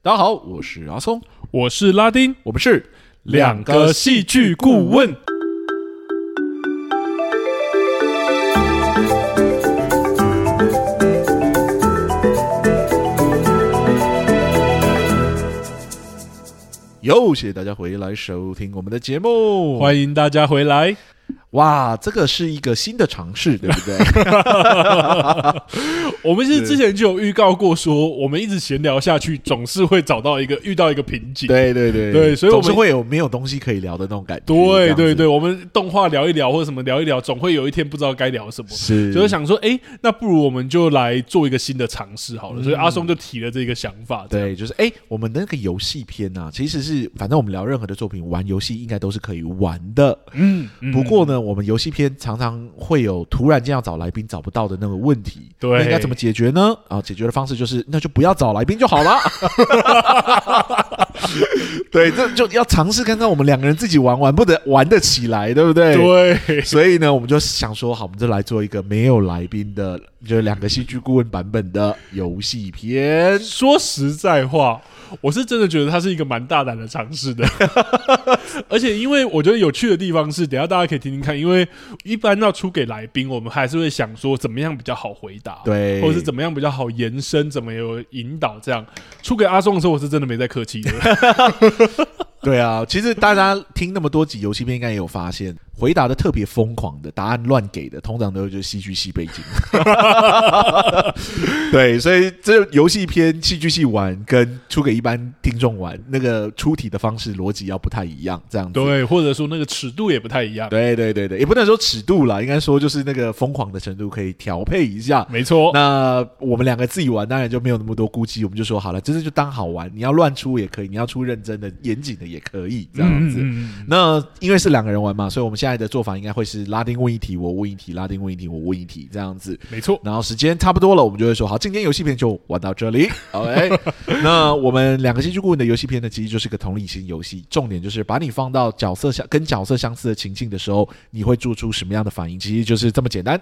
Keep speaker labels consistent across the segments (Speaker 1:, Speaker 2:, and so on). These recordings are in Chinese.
Speaker 1: 大家好，我是阿松，
Speaker 2: 我是拉丁，
Speaker 1: 我们是
Speaker 2: 两个戏剧顾问。
Speaker 1: 又谢谢大家回来收听我们的节目。
Speaker 2: 欢迎大家回来。
Speaker 1: 哇，这个是一个新的尝试，对不 对？
Speaker 2: 我们是之前就有预告过说，我们一直闲聊下去，总是会找到一个遇到一个瓶颈。
Speaker 1: 对对对
Speaker 2: 对所以我
Speaker 1: 总
Speaker 2: 们
Speaker 1: 是会有没有东西可以聊的那种感觉。这
Speaker 2: 对
Speaker 1: 样子
Speaker 2: 对对，，我们动画聊一聊或者什么聊一聊，总会有一天不知道该聊什么。
Speaker 1: 是
Speaker 2: 所以想说，哎、那不如我们就来做一个新的尝试好
Speaker 1: 嗯
Speaker 2: 了。所以阿松就提了这个想法，这样
Speaker 1: 对，就是哎、我们的那个游戏篇啊，其实是反正我们聊任何的作品，玩游戏应该都是可以玩的。
Speaker 2: 嗯，嗯
Speaker 1: 不过呢，我们游戏篇常常会有突然间要找来宾找不到的那个问题，
Speaker 2: 对
Speaker 1: 那应该怎么解决呢？啊，解决的方式就是那就不要找来宾就好了。 对，这就要尝试看看我们两个人自己玩玩不得玩得起来，对不对？。
Speaker 2: 对，
Speaker 1: 所以呢，我们就想说，好，我们就来做一个没有来宾的，就是两个戏剧顾问版本的游戏篇。
Speaker 2: 说实在话，我是真的觉得它是一个蛮大胆的尝试的， 而且因为我觉得有趣的地方是，等一下大家可以听听看，因为一般要出给来宾，我们还是会想说怎么样比较好回答，，
Speaker 1: 对，
Speaker 2: 或者是怎么样比较好延伸，怎么有引导这样。出给阿松的时候，我是真的没在客气的，
Speaker 1: 对啊，其实大家听那么多集游戏片，应该也有发现，回答的特别疯狂的，答案乱给的，通常都是就是戏剧系背景。 对，所以这游戏片戏剧系玩跟出给一般听众玩，那个出题的方式逻辑要不太一样，这样子。
Speaker 2: 对，或者说那个尺度也不太一样，
Speaker 1: 对对对对，也不能说尺度啦，应该说就是那个疯狂的程度可以调配一下。
Speaker 2: 没错，
Speaker 1: 那我们两个自己玩，当然就没有那么多顾忌，我们就说好了，真的就当好玩。你要乱出也可以，你要出认真的、严谨的也可以，这样子。
Speaker 2: 嗯嗯嗯
Speaker 1: 那因为是两个人玩嘛，所以我们现在的做法应该会是拉丁问一题，我问一题，拉丁问一题，我问一题这样子。
Speaker 2: 没错，
Speaker 1: 然后时间差不多了，我们就会说好，今天游戏片就玩到这 里。OK，那我们两个戏剧顾问的游戏片呢，其实就是个同理心游戏，重点就是把你放到角色相跟角色相似的情境的时候，你会做出什么样的反应，其实就是这么简单。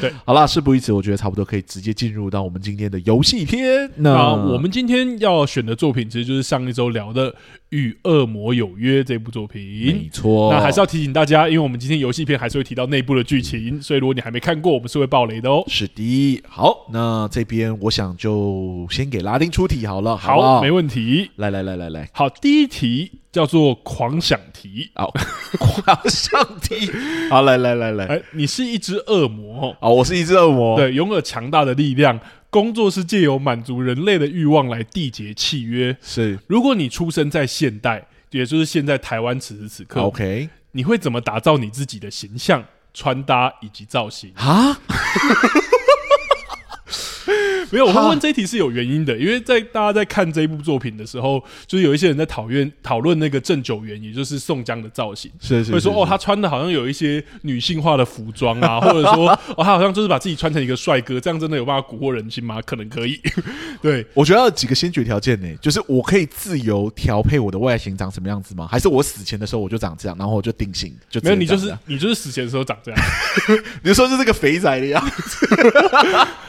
Speaker 2: 对，
Speaker 1: 好啦，事不宜迟，我觉得差不多可以直接进入到我们今天的游戏片。那
Speaker 2: 那我们今天要选的作品，其实就是上一周聊的《与恶魔有约》这部作品
Speaker 1: 没。错，
Speaker 2: 那还是要提醒大家，因为我们今天游戏片还是会提到内部的剧情，所以如果你还没看过，我们是会爆雷的哦。
Speaker 1: 是的，好，那这边我想就先给拉丁出题好了，好啊不
Speaker 2: 好，没问题。
Speaker 1: 来来来来来，
Speaker 2: 好，第一题叫做狂想题。
Speaker 1: 好，狂上题，好，来来来来，
Speaker 2: 哎，你是一只恶魔，哦
Speaker 1: 好，我是一只恶魔，，
Speaker 2: 对，拥有强大的力量，工作是借由满足人类的欲望来缔结契约。
Speaker 1: 是
Speaker 2: 如果你出生在现代，也就是现在台湾此时此刻，
Speaker 1: 啊 OK
Speaker 2: 你会怎么打造你自己的形象、穿搭以及造型？
Speaker 1: 啊，
Speaker 2: 没有，我会
Speaker 1: 哈
Speaker 2: 问这一题是有原因的，因为在大家在看这一部作品的时候，就是有一些人在讨论讨论那个郑九元，也就是宋江的造型。
Speaker 1: 是是，
Speaker 2: 会说
Speaker 1: 是
Speaker 2: 哦，，他穿的好像有一些女性化的服装 啊，或者说哦，他好像就是把自己穿成一个帅哥，这样真的有办法蛊惑人心吗？可能可以， 对，
Speaker 1: 我觉得要有几个先决条件呢，就是我可以自由调配我的外形长什么样子吗？还是我死前的时候我就长这样，然后我就定型，就直接
Speaker 2: 没有你就
Speaker 1: 长这
Speaker 2: 是
Speaker 1: 样
Speaker 2: 你就是死前的时候长这样。
Speaker 1: 你说就是个肥仔的样子，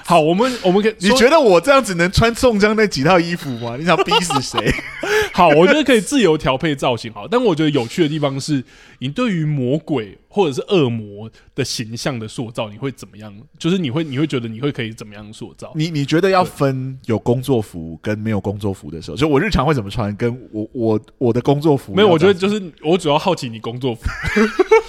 Speaker 2: 好，我们我们可以
Speaker 1: 你
Speaker 2: 说
Speaker 1: 觉得我这样子能穿宋江那几套衣服吗？你想逼死谁？
Speaker 2: 好，我觉得可以自由调配造型好，但我觉得有趣的地方是，你对于魔鬼或者是恶魔的形象的塑造，你会怎么样？就是你会你会觉得你会可以怎么样塑造？
Speaker 1: 你你觉得要分有工作服跟没有工作服的时候，就我日常会怎么穿，跟我我我的工作服
Speaker 2: 没有，
Speaker 1: 要
Speaker 2: 我觉得
Speaker 1: 长
Speaker 2: 就是我主要好奇你工作服，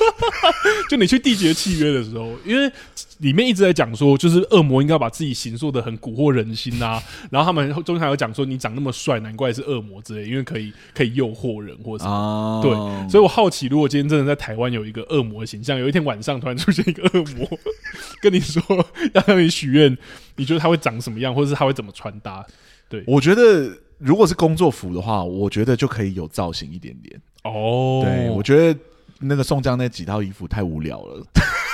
Speaker 2: 就你去缔结契约的时候，因为里面一直在讲说，就是恶魔应该把自己形塑的很蛊惑人心啊，然后他们中间还有讲说你长那么帅，难怪是恶魔之类，因为可以可以诱惑人或者什么的
Speaker 1: 啊，
Speaker 2: 对，所以我好奇，如果今天真的在台湾有一个恶魔的形象，有一天晚上突然出现一个恶魔， 跟你说要让你许愿，你觉得他会长什么样，或者是他会怎么穿搭？
Speaker 1: 我觉得如果是工作服的话，我觉得就可以有造型一点点。
Speaker 2: 哦
Speaker 1: 对，我觉得那个宋江那几套衣服太无聊了，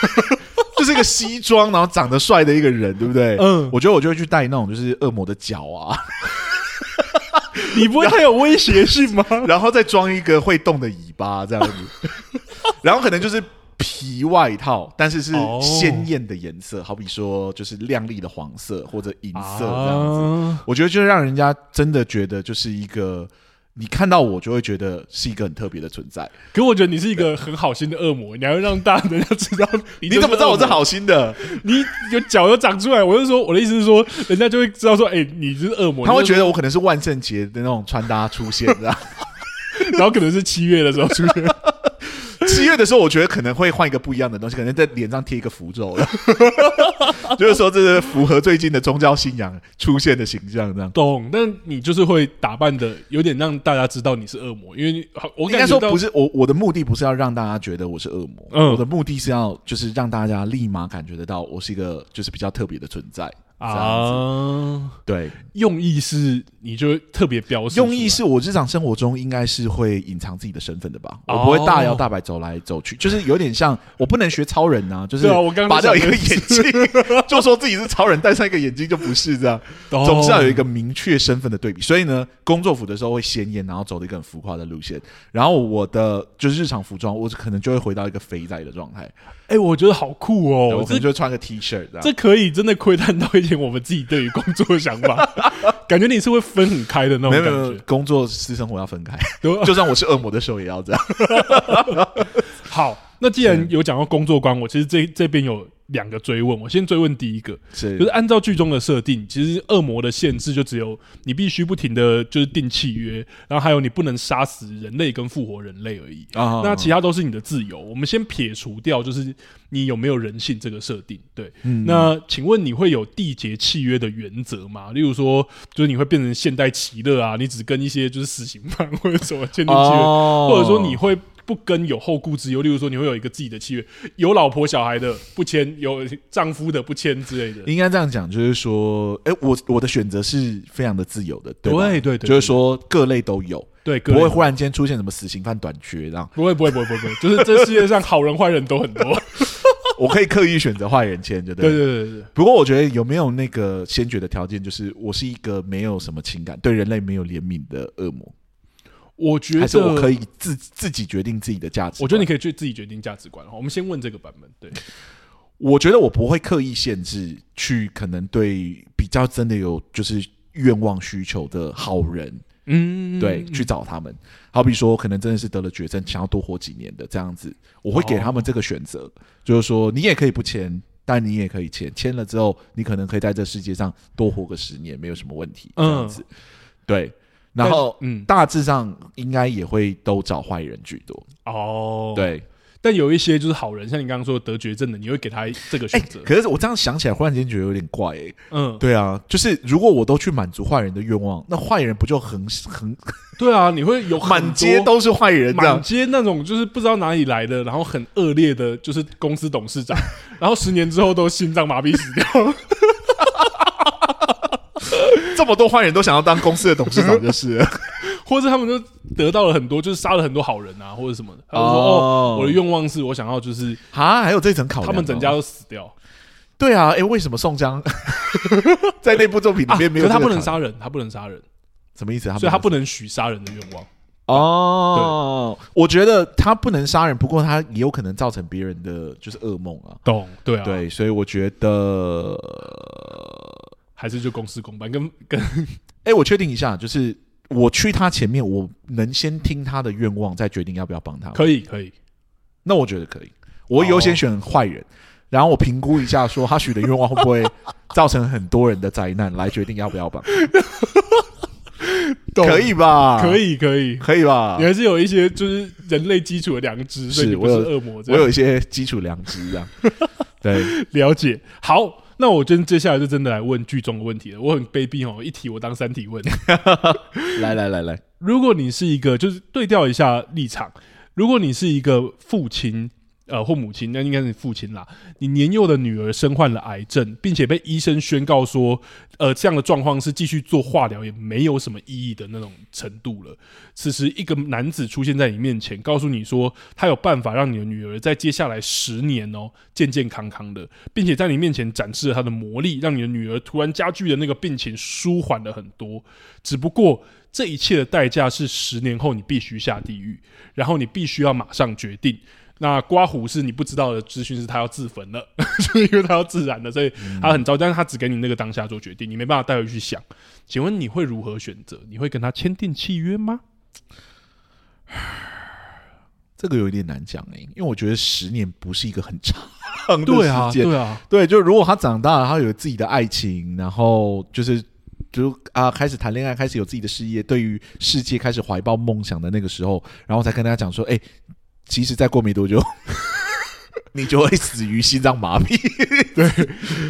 Speaker 1: 就是一个西装，然后长得帅的一个人，对不对？
Speaker 2: 嗯，
Speaker 1: 我觉得我就会去戴那种就是恶魔的脚啊，
Speaker 2: 你不会太有威胁性吗？
Speaker 1: 然后再装一个会动的尾巴这样子，然后可能就是。皮外套，但是是
Speaker 2: 哦
Speaker 1: 鲜艳的颜色，好比说就是亮丽的黄色或者银 色这样子。
Speaker 2: 啊，
Speaker 1: 我觉得就是让人家真的觉得就是一个，你看到我就会觉得是一个很特别的存在。
Speaker 2: 可我觉得你是一个很好心的恶魔，你还要让大家人家知道 你
Speaker 1: 你怎么知道我是
Speaker 2: 这？
Speaker 1: 好心的？
Speaker 2: 你有脚又长出来，我是说我的意思是说，人家就会知道说，哎、你是恶魔，
Speaker 1: 他会
Speaker 2: 你就
Speaker 1: 觉
Speaker 2: 是
Speaker 1: 得我可能是万圣节的那种穿搭出现，这样。
Speaker 2: 然后可能是七月的时候出现，
Speaker 1: 七月的时候，我觉得可能会换一个不一样的东西，可能在脸上贴一个符咒了， 就是说这是符合最近的宗教信仰出现的形象，这样。
Speaker 2: 懂？但你就是会打扮的有点让大家知道你是恶魔，因为你好我
Speaker 1: 应该
Speaker 2: 感
Speaker 1: 说
Speaker 2: 觉到
Speaker 1: 不是我，我的目的不是要让大家觉得我是恶魔，
Speaker 2: 嗯
Speaker 1: 我的目的是要就是让大家立马感觉得到我是一个就是比较特别的存在这样子
Speaker 2: 啊，
Speaker 1: 对，
Speaker 2: 用意是你就会特别标示出来，
Speaker 1: 用意是我日常生活中应该是会隐藏自己的身份的吧，
Speaker 2: 哦
Speaker 1: 我不会大摇大摆走来走去，就是有点像我不能学超人啊，就是
Speaker 2: 对啊我刚刚
Speaker 1: 拔掉一个
Speaker 2: 就想
Speaker 1: 眼镜， 就说自己是超人，戴上一个眼镜就不是这样，
Speaker 2: 懂
Speaker 1: 总是要有一个明确身份的对比。所以呢，工作服的时候会鲜艳，然后走的一个很浮夸的路线，然后我的就是日常服装，我可能就会回到一个肥仔的状态，
Speaker 2: 哎、我觉得好酷
Speaker 1: 我
Speaker 2: 哦，
Speaker 1: 可
Speaker 2: 这
Speaker 1: 能就会穿个 T 恤这样。
Speaker 2: 这可以真的窥探到一点我们自己对于工作的想 法，感觉你是会分很开的那种
Speaker 1: 没有
Speaker 2: 感
Speaker 1: 没有，没有
Speaker 2: 觉。
Speaker 1: 工作私生活要分开，
Speaker 2: 对吧
Speaker 1: 就 算我是恶魔的时候也要这样。
Speaker 2: 好，那既然有讲到工作观，我其实这这边有两个追问，我先追问第一个，
Speaker 1: 是
Speaker 2: 就是按照剧中的设定，其实恶魔的限制就只有你必须不停的就是定契约，然后还有你不能杀死人类跟复活人类而已。
Speaker 1: 啊
Speaker 2: 那其他都是你的自由。我们先撇除掉，就是你有没有人性这个设定。对，
Speaker 1: 嗯
Speaker 2: 那请问你会有缔结契约的原则吗？例如说，就是你会变成现代奇乐啊，你只跟一些就是死刑犯 或者什么签订契约，
Speaker 1: 哦
Speaker 2: 或者说你会。不跟有后顾之忧，例如说你会有一个自己的契约，有老婆小孩的不签，有丈夫的不签之类的。
Speaker 1: 应该这样讲，就是说，哎、我我的选择是非常的自由的，对吧
Speaker 2: 对对对
Speaker 1: 就是说各类都有，
Speaker 2: 对，各
Speaker 1: 不
Speaker 2: 位。
Speaker 1: 会忽然间出现什么死刑犯短缺这样
Speaker 2: 不会不会不会不会不会，就是这世界上好人坏人都很多。
Speaker 1: 我可以刻意选择坏人签，就 对
Speaker 2: 对
Speaker 1: 了。
Speaker 2: 对对对对，
Speaker 1: 不过我觉得有没有那个先决的条件，就是我是一个没有什么情感、对人类没有怜悯的恶魔，
Speaker 2: 我觉得
Speaker 1: 还是我可以自自己决定自己的价值观？
Speaker 2: 我觉得你可以去自己决定价值观。好，我们先问这个版本。对，
Speaker 1: 我觉得我不会刻意限制去可能对比较真的有就是愿望需求的好人，
Speaker 2: 嗯
Speaker 1: 对，去找他们。好比说，可能真的是得了绝症，想要多活几年的这样子，我会给他们这个选择，就是说你也可以不签，但你也可以签，签了之后，你可能可以在这世界上多活个十年，没有什么问题，这
Speaker 2: 嗯
Speaker 1: 样子。对，然后
Speaker 2: 但是嗯
Speaker 1: 大致上应该也会都找坏人居多，
Speaker 2: 哦，。
Speaker 1: 对。
Speaker 2: 但有一些就是好人，像你刚刚说得绝症的，你会给他这个
Speaker 1: 哎
Speaker 2: 选择。，
Speaker 1: 可是我这样想起来，忽然间觉得有点怪哎。
Speaker 2: 嗯，
Speaker 1: 对啊，就是如果我都去满足坏人的愿望，那坏人不就很很
Speaker 2: 对啊，你会有很多
Speaker 1: 满街都是坏人这样
Speaker 2: 满？街那种就是不知道哪里来的，然后很恶劣的，就是公司董 事长，然后十年之后都心脏麻痹死掉了。
Speaker 1: 这么多坏人都想要当公司的董事长，就是了。
Speaker 2: 或者他们就得到了很多，就是杀了很多好人啊，或者什么的。他们说：“
Speaker 1: 哦
Speaker 2: 哦，我的愿望是我想要，就是
Speaker 1: 啊，还有这层考量、哦
Speaker 2: 他们整家。都死掉。
Speaker 1: 对啊，哎、为什么宋 江在那部作品里面没
Speaker 2: 啊可
Speaker 1: 有、
Speaker 2: 是他不能，杀人，他不能杀人，
Speaker 1: 什么意思？他
Speaker 2: 所以他不能许杀人的愿望。
Speaker 1: 哦。我觉得他不能杀人，不过他也有可能造成别人的就是噩梦啊。
Speaker 2: 懂？对啊，，
Speaker 1: 对，所以我觉得，
Speaker 2: 还是就公事公办，跟跟
Speaker 1: 哎、我确定一下，就是我去他前面，我能先听他的愿望，再决定要不要帮他吗。
Speaker 2: 可以可以。
Speaker 1: 那我觉得可以，我会优先选坏人，然后我评估一下，说他许的愿望会不会造成很多人的灾难，来决定要不要帮。
Speaker 2: 懂
Speaker 1: 可以吧？
Speaker 2: 可以可以，
Speaker 1: 可以吧
Speaker 2: 你？还是有一些就是人类基础的良知，所以
Speaker 1: 啊是
Speaker 2: 你不
Speaker 1: 我
Speaker 2: 是
Speaker 1: 有
Speaker 2: 恶魔这
Speaker 1: 我
Speaker 2: 样。
Speaker 1: 有一些基础良知这样。对，
Speaker 2: 了解。好，那我真接下来就真的来问剧中的问题了。我很卑鄙哦，一题我当三题问。
Speaker 1: 来来来来，
Speaker 2: 如果你是一个，就是对调一下立场，如果你是一个父亲。呃，或母亲，那应该是父亲啦。你年幼的女儿身患了癌症，并且被医生宣告说，呃，这样的状况是继续做化疗也没有什么意义的那种程度了。此时，一个男子出现在你面前，告诉你说，他有办法让你的女儿在接下来十年哦，健健康康的，并且在你面前展示了他的魔力，让你的女儿突然加剧的那个病情舒缓了很多。只不过这一切的代价是十年后你必须下地狱，然后你必须要马上决定那刮胡是你不知道的资讯，是他要自焚了， 就是因为他要自燃了，所以他很糟，但是他只给你那个当下做决定，你没办法带回去想。请问你会如何选择？你会跟他签订契约吗？
Speaker 1: 这个有一点难讲哎、因为我觉得十年不是一个很长的时间。
Speaker 2: 对啊，对啊，
Speaker 1: 对，就如果他长大了，他有自己的爱情，然后就是就啊开始谈恋爱，开始有自己的事业，对于世界开始怀抱梦想的那个时候，然后才跟大家讲说，哎、其实再过没多久， 你就会死于心脏麻痹。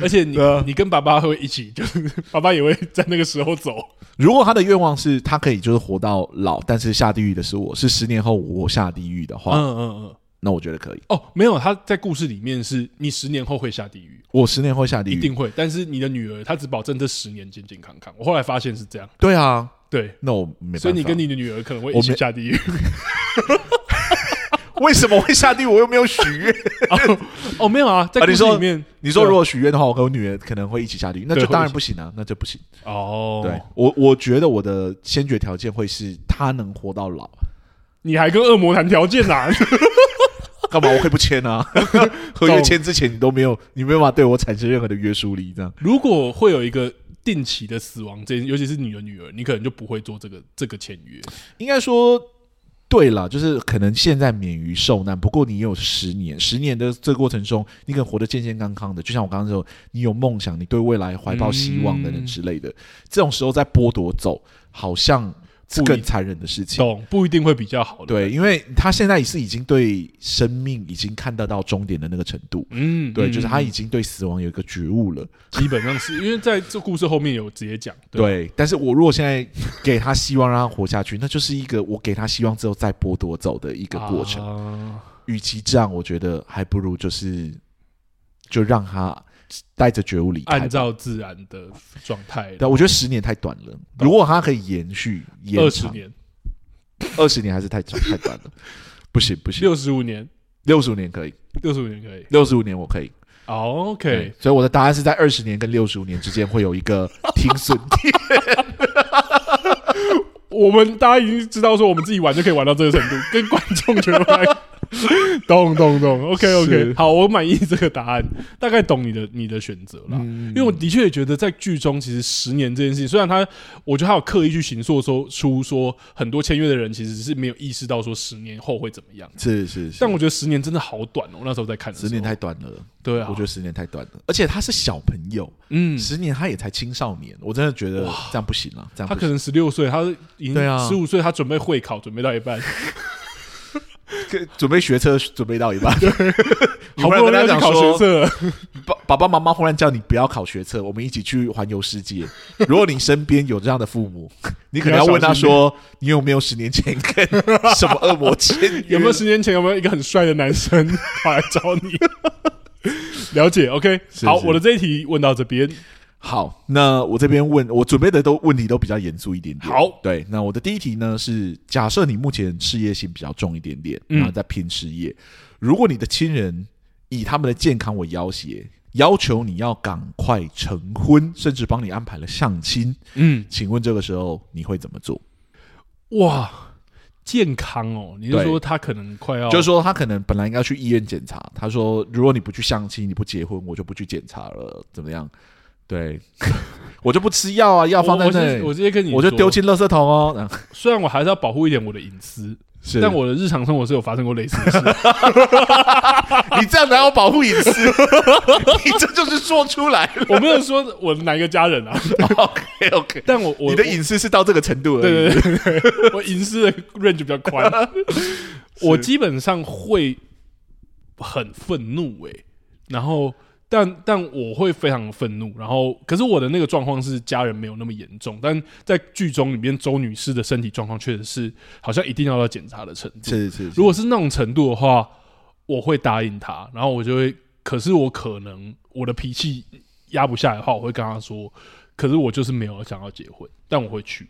Speaker 2: 而且你、
Speaker 1: 对啊
Speaker 2: 你跟爸爸会一起，就是爸爸也会在那个时候 走。
Speaker 1: 如果他的愿望是他可以就是活到老，但是下地狱的是我，是十年后我下地狱的
Speaker 2: 嗯
Speaker 1: 话，
Speaker 2: 嗯嗯。
Speaker 1: 那我觉得可以，
Speaker 2: 哦，没有，他在故事里面是你十年后会下地狱，
Speaker 1: 我十年后下地
Speaker 2: 一
Speaker 1: 狱。
Speaker 2: 定会。但是你的女儿，她只保证这十年健健康康。我后来发现是这样，
Speaker 1: 对啊，
Speaker 2: 对，
Speaker 1: 那我没办法。
Speaker 2: 所以你跟你的女儿可能会一
Speaker 1: 我
Speaker 2: 起
Speaker 1: 没
Speaker 2: 下地狱。
Speaker 1: 为什么会下地狱？我又没有许愿。
Speaker 2: 哦，没有啊，在
Speaker 1: 啊
Speaker 2: 故
Speaker 1: 你
Speaker 2: 事
Speaker 1: 说
Speaker 2: 里面，
Speaker 1: 你说如果许愿的话，我跟我女儿可能会一起下地狱，那就
Speaker 2: 对会
Speaker 1: 当
Speaker 2: 一
Speaker 1: 然
Speaker 2: 起
Speaker 1: 不行啊，那就不行。
Speaker 2: 哦，
Speaker 1: 对，我，我觉得我的先决条件会是她能活到老，
Speaker 2: 你还跟恶魔谈条件啊 呐、
Speaker 1: 干嘛我可以不签 啊？ 合约签之前你都没有，你没有办法对我产生任何的约束力，这样
Speaker 2: 如果会有一个定期的死亡这件，尤其是你的女儿，你可能就不会做这个这个签约。
Speaker 1: 应该说。对了，就是可能现在免于受难，不过你也有十年，十年的这个过程中，你可能活得健健康康的，就像我刚刚说，你有梦想，你对未来怀抱希望等等
Speaker 2: 嗯
Speaker 1: 之类的，这种时候再剥夺走，好像是
Speaker 2: 不一
Speaker 1: 更残忍的事情。
Speaker 2: 懂不一定会比较好的。
Speaker 1: 对，因为他现在是已经对生命已经看得到终点的那个程度，
Speaker 2: 嗯，嗯，
Speaker 1: 对，就是他
Speaker 2: 嗯
Speaker 1: 已经对死亡有一个觉悟了，
Speaker 2: 基本上是因为在这故事后面有直接讲，对吧，
Speaker 1: 对。但是我如果现在给他希望让他活下去，那就是一个我给他希望之后再剥夺走的一个过程。
Speaker 2: 程
Speaker 1: 与其这样，我觉得还不如就是就让他带着觉悟离开吧。
Speaker 2: 按照自然的状态，
Speaker 1: 对，我觉得十年太短了。如果他可以延续延
Speaker 2: 二十
Speaker 1: 长
Speaker 2: 年、
Speaker 1: 二十年还是太长太短了， 不行不行，
Speaker 2: 六十五年、
Speaker 1: 六十五年可以，
Speaker 2: 六十五年可以。
Speaker 1: 六十五年我可以。
Speaker 2: 哦 OK，，
Speaker 1: 所以我的答案是在二十年跟六十五年之间会有一个停 损点。
Speaker 2: 我们大家已经知道说我们自己玩就可以玩到这个程 度，跟观众全玩。懂懂懂，OK OK，
Speaker 1: 是
Speaker 2: 好，我满意这个答案，大概懂你的你的选择啦。
Speaker 1: 嗯
Speaker 2: 因为我的确也觉得在剧中，其实十年这件事情，虽然他，我觉得他有刻意去行塑说出说很多签约的人其实是没有意识到说十年后会怎么样，
Speaker 1: 是是是，
Speaker 2: 但我觉得十年真的好短哦、那时候在看的时
Speaker 1: 十
Speaker 2: 候，
Speaker 1: 年太短了，
Speaker 2: 对啊，
Speaker 1: 我觉得十年太短了，而且他是小朋友，
Speaker 2: 嗯，
Speaker 1: 十年他也才青少年，我真的觉得这样不行了，这样
Speaker 2: 他
Speaker 1: 不
Speaker 2: 可
Speaker 1: 行。
Speaker 2: 能十六岁，他已
Speaker 1: 对
Speaker 2: 经
Speaker 1: 啊
Speaker 2: 十五岁，他准备会考，准备到一半，
Speaker 1: 可准备学车，准备到一半，
Speaker 2: 好不
Speaker 1: 你
Speaker 2: 容易要
Speaker 1: 忽然跟他
Speaker 2: 去
Speaker 1: 讲
Speaker 2: 考学
Speaker 1: 说，
Speaker 2: 测了，
Speaker 1: 爸爸爸妈妈忽然叫你不要考学测，我们一起去环游世 界。如果你身边有这样的父母，你可能要问他说，你有没有十年前跟什么恶魔签约
Speaker 2: 有没有十年前有没有一个很帅的男生跑来 找你？了解，OK，
Speaker 1: 是
Speaker 2: 好，
Speaker 1: 是
Speaker 2: 我的这一题问到这边，
Speaker 1: 好，那我这边问我准备的都问题都比较严肃一点点。
Speaker 2: 好，
Speaker 1: 对，那我的第一题呢是：假设你目前事业心比较重一点点，
Speaker 2: 嗯
Speaker 1: 然后在拼事业，如果你的亲人以他们的健康为要挟，要求你要赶快成婚，甚至帮你安排了相亲，
Speaker 2: 嗯，
Speaker 1: 请问这个时候你会怎么做？
Speaker 2: 哇，健康哦，你是
Speaker 1: 对
Speaker 2: 说他可能快要，
Speaker 1: 就是说，他可能本来应该去医院检查，他说如果你不去相亲，你不结婚，我就不去检查了，怎么样？对， 我就不吃药啊，药
Speaker 2: 我
Speaker 1: 放在
Speaker 2: 我直接
Speaker 1: 那
Speaker 2: 我
Speaker 1: 里，
Speaker 2: 直接跟你，
Speaker 1: 我就丢。进垃圾桶哦。 然后
Speaker 2: 虽然我还是要保护一点我的隐私，
Speaker 1: 是，
Speaker 2: 但我的日常生活是有发生过类似 的事。
Speaker 1: 你这样哪有保护隐 私？你这就是说出来了。
Speaker 2: 我没有说我哪一个家人啊，
Speaker 1: OK OK，
Speaker 2: 但我我
Speaker 1: 你的隐私是到这个程度而已。
Speaker 2: 对对 对对，我隐私的 range 比较宽。我基本上会很愤怒诶、然后但但我会非常愤怒，然后可是我的那个状况是家人没有那么严重，但在剧中里面周女士的身体状况确实是好像一定要到检查的程度。
Speaker 1: 是是
Speaker 2: 如果是那种程度的话，我会答应他，然后我就会，可是我可能我的脾气压不下来的话，我会跟他说，可是我就是没有想要结婚，但我会去，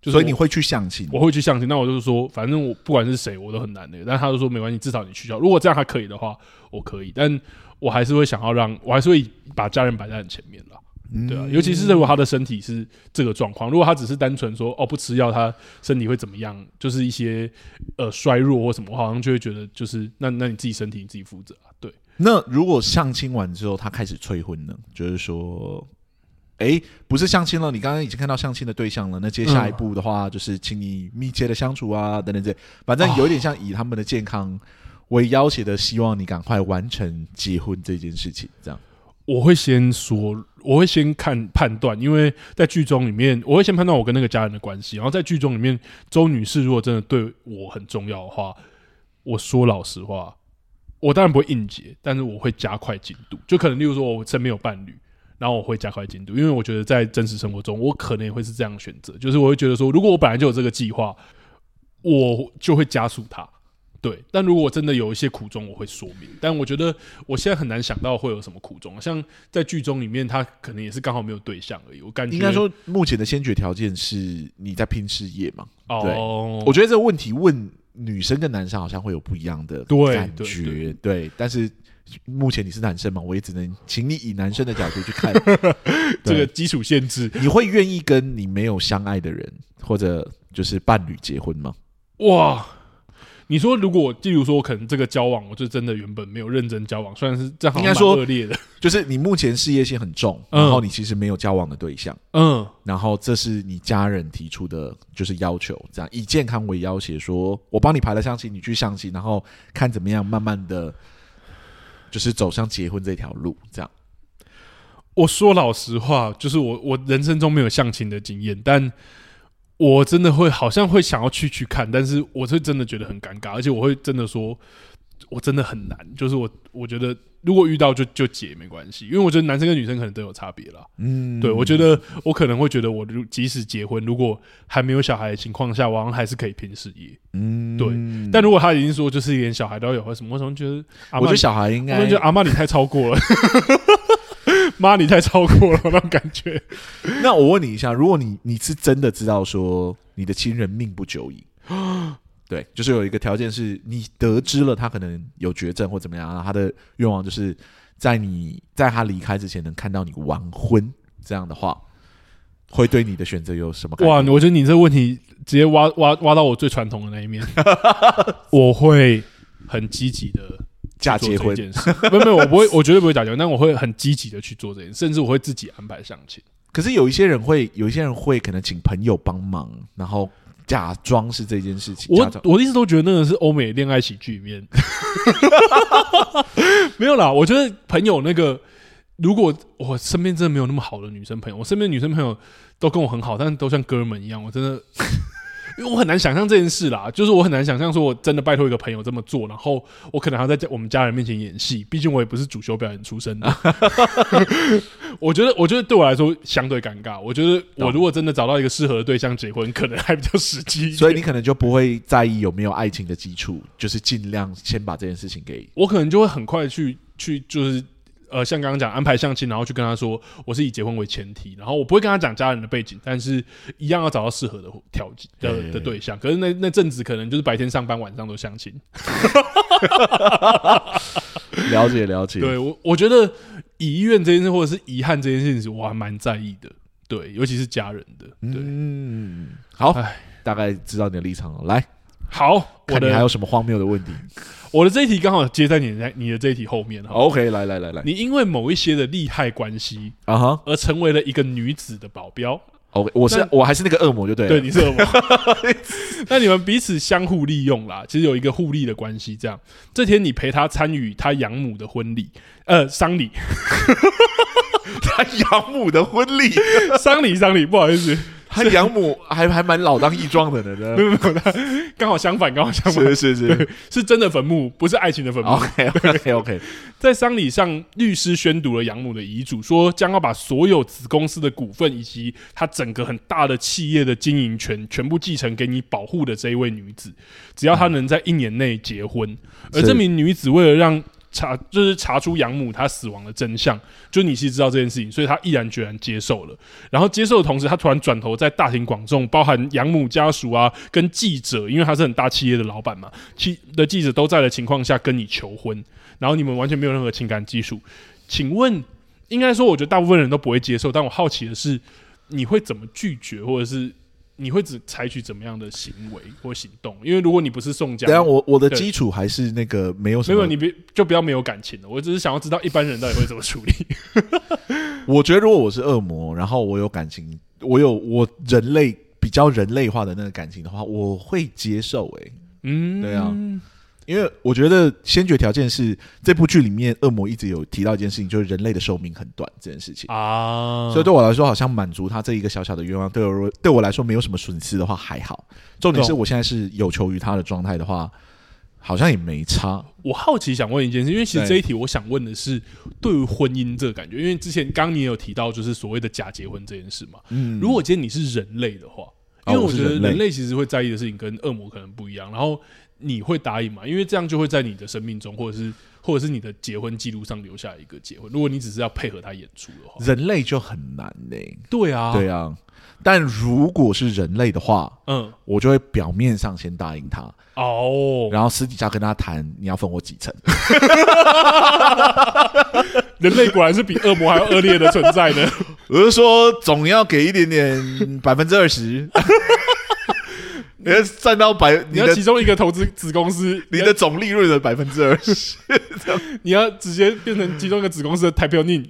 Speaker 2: 就是
Speaker 1: 所以
Speaker 2: 我
Speaker 1: 你会去相亲？
Speaker 2: 我会去相亲，那我就是说，反正我不管是谁，我都很难那个。但他就说没关系，至少你去就好。如果这样他可以的话，我可以，但我还是会想要让，我还是会把家人摆在很前面了。
Speaker 1: 嗯
Speaker 2: 对啊，尤其是如果他的身体是这个状况，如果他只是单纯说哦不吃药，他身体会怎么样，就是一些呃衰弱或什么，我好像就会觉得就是那那你自己身体你自己负责啊，对，
Speaker 1: 那如果相亲完之后，他开始催婚呢？就是说，哎，不是相亲了，你刚刚已经看到相亲的对象了，那接下一步的话，就是请你密切的相处啊，等等这，反正有点像以他们的健康为要挟的，希望你赶快完成结婚这件事情，这样。
Speaker 2: 我会先说，我会先看判断，因为在剧中里面，我会先判断我跟那个家人的关系。然后在剧中里面，周女士如果真的对我很重要的话，我说老实话，我当然不会硬结，但是我会加快进度。就可能例如说，我身边有伴侣，然后我会加快进度，因为我觉得在真实生活中，我可能也会是这样选择，就是我会觉得说，如果我本来就有这个计划，我就会加速它。对，但如果真的有一些苦衷，我会说明。但我觉得我现在很难想到会有什么苦衷，啊像在剧中里面，他可能也是刚好没有对象而已。我感觉
Speaker 1: 应该说，目前的先决条件是你在拼事业嘛？
Speaker 2: 哦，
Speaker 1: 我觉得这个问题问女生跟男生好像会有不一样的
Speaker 2: 对
Speaker 1: 感
Speaker 2: 对
Speaker 1: 觉，
Speaker 2: 对
Speaker 1: 对但是目前你是男生嘛，我也只能请你以男生的角度去看
Speaker 2: 这个
Speaker 1: 对
Speaker 2: 基础限 制，
Speaker 1: 你会愿意跟你没有相爱的人或者就是伴侣结婚吗？
Speaker 2: 哇！你说，如果例如说，我可能这个交往，我就真的原本没有认真交往，虽然是这样好
Speaker 1: 应
Speaker 2: 像
Speaker 1: 该说
Speaker 2: 蛮恶劣的，
Speaker 1: 就是你目前事业心很重，
Speaker 2: 嗯
Speaker 1: 然后你其实没有交往的对象，
Speaker 2: 嗯，
Speaker 1: 然后这是你家人提出的，就是要求，这样以健康为要挟说，我帮你排了相亲，你去相亲，然后看怎么样，慢慢的。就是走向结婚这条路，这样
Speaker 2: 我说老实话，就是我我人生中没有相亲的经验，但我真的会好像会想要去去看，但是我是真的觉得很尴尬，而且我会真的说，我真的很难，就是我我觉得如果遇到就就解没关系，因为我觉得男生跟女生可能都有差别啦。
Speaker 1: 嗯，
Speaker 2: 对我觉得我可能会觉得我如即使结婚，如果还没有小孩的情况下，我好像还是可以拼事业。
Speaker 1: 嗯
Speaker 2: 对但如果他已经说就是连小孩都要有或什么，我怎么觉得阿
Speaker 1: 我
Speaker 2: 嬷
Speaker 1: 觉得小孩应
Speaker 2: 我
Speaker 1: 该
Speaker 2: 就觉得阿妈你太超过了， 妈你太超过了那种感觉。
Speaker 1: 那我问你一下，如果你你是真的知道说你的亲人命不久 矣，对，就是有一个条件是你得知了他可能有绝症或怎么样，然后他的愿望就是在你在他离开之前能看到你完婚，这样的话，会对你的选择有什么改
Speaker 2: 哇，
Speaker 1: 变？
Speaker 2: 我觉得你这个问题直接挖挖挖到我最传统的那一 面，我会很积极的
Speaker 1: 假结婚
Speaker 2: 件事，没有没有，我不会，我绝对不会假结婚，但我会很积极的去做这件事，甚至我会自己安排相亲。
Speaker 1: 可是有一些人会，有一些人会可能请朋友帮忙，然后假装是这件事情。假
Speaker 2: 我
Speaker 1: 装
Speaker 2: 我一直都觉得那个是欧美恋爱喜剧里面， 没有啦。我觉得朋友那个，如果我身边真的没有那么好的女生朋友，我身边的女生朋友都跟我很好，但是都像哥们一样，我真的。 因为我很难想象这件事啦，就是我很难想象说我真的拜托一个朋友这么做，然后我可能还要在家我们家人面前演戏，毕竟我也不是主修表演出身的。 我觉得，我觉得对我来说相对尴尬。我觉得我如果真的找到一个适合的对象结婚，可能还比较实际一点。
Speaker 1: 所以你可能就不会在意有没有爱情的基础，就是尽量先把这件事情给
Speaker 2: 我可能就会很快去去就是呃，像刚刚讲安排相亲，然后去跟他说我是以结婚为前提，然后我不会跟他讲家人的背景，但是一样要找到适合的条件的
Speaker 1: 对
Speaker 2: 的对象。可是那那阵子可能就是白天上班，晚上都相亲。
Speaker 1: 了解了 解。
Speaker 2: 对我，我觉得遗愿这件事或者是遗憾这件事情，我还蛮在意的。对，尤其是家人的。对，
Speaker 1: 嗯，好
Speaker 2: 唉，
Speaker 1: 大概知道你的立场了。来，
Speaker 2: 好，我
Speaker 1: 看你还
Speaker 2: 的
Speaker 1: 有什么荒谬的问 题
Speaker 2: 我的这一题刚好接在你的你的这一题后面哈。
Speaker 1: ？OK，来来来来，
Speaker 2: 你因为某一些的利害关系
Speaker 1: 啊哈
Speaker 2: 而成为了一个女子的保镖，
Speaker 1: ，OK，我是
Speaker 2: 但
Speaker 1: 我还是那个恶魔就对啊
Speaker 2: 对，
Speaker 1: 了。
Speaker 2: 你是恶魔。那你们彼此相互利用啦，其实有一个互利的关系。这样，这天你陪他参与他养母的婚礼，呃，丧礼，
Speaker 1: 他养母的婚礼，
Speaker 2: 丧礼，丧礼，不好意思，
Speaker 1: 他养母还还蛮老当益壮的呢。
Speaker 2: 没有没有，刚好相反，刚好相反，
Speaker 1: 是是是
Speaker 2: 是真的坟墓，不是爱情的坟墓。
Speaker 1: ，OK OK OK，
Speaker 2: 在丧礼上，律师宣读了养母的遗嘱，说将要把所有子公司的股份以及他整个很大的企业的经营权全部继承给你保护的这一位女子，只要她能在一年内结婚。而
Speaker 1: 是
Speaker 2: 这名女子为了让查就是查出养母她死亡的真相，就你其实知道这件事情，所以她毅然决然接受了。然后接受的同时，她突然转头在大庭广众，包含养母家属啊跟记者，因为她是很大企业的老板嘛，记的记者都在的情况下跟你求婚，然后你们完全没有任何情感基础。请问，应该说，我觉得大部分人都不会接受。但我好奇的是，你会怎么拒绝，或者是你会只采取怎么样的行为或行动？因为如果你不是宋
Speaker 1: 等一下
Speaker 2: 江，
Speaker 1: 我我的
Speaker 2: 对
Speaker 1: 基础还是那个没有什
Speaker 2: 没
Speaker 1: 么，
Speaker 2: 有你别就不要没有感情了。我只是想要知道一般人到底会怎么处理。
Speaker 1: 我觉得如果我是恶魔，然后我有感情，我有我人类比较人类化的那个感情的话，我会接受诶、欸
Speaker 2: 嗯，
Speaker 1: 对啊因为我觉得先决条件是这部剧里面恶魔一直有提到一件事情，就是人类的寿命很短这件事情。
Speaker 2: 啊，
Speaker 1: 所以对我来说，好像满足他这一个小小的愿望，对我对我来说没有什么损失的话还好。重点是
Speaker 2: 懂
Speaker 1: 我现在是有求于他的状态的话，好像也没差。
Speaker 2: 我好奇想问一件事，因为其实
Speaker 1: 对
Speaker 2: 这一题我想问的是，对于婚姻这个感觉，因为之前刚刚你也有提到，就是所谓的假结婚这件事嘛。
Speaker 1: 嗯，
Speaker 2: 如果今天你是人类的话，
Speaker 1: 哦
Speaker 2: 因为
Speaker 1: 我
Speaker 2: 我
Speaker 1: 是
Speaker 2: 觉得
Speaker 1: 人类
Speaker 2: 人类其实会在意的事情跟恶魔可能不一样，然后你会答应嘛？因为这样就会在你的生命中，或者是或者是你的结婚记录上留下一个结婚。如果你只是要配合他演出的话，
Speaker 1: 人类就很难呢、
Speaker 2: 对啊，
Speaker 1: 对啊，但如果是人类的话，
Speaker 2: 嗯，
Speaker 1: 我就会表面上先答应他，
Speaker 2: 哦，
Speaker 1: 然后私底下跟他谈你要分我几成。
Speaker 2: 人类果然是比恶魔还要恶劣的存在 呢。
Speaker 1: 我是说总要给一点点百分之二 十，你要占到百
Speaker 2: 你要其中一个投资子公司，你要
Speaker 1: 总利润的百分之二十，
Speaker 2: 你要直接变成其中一个子公司的台票宁。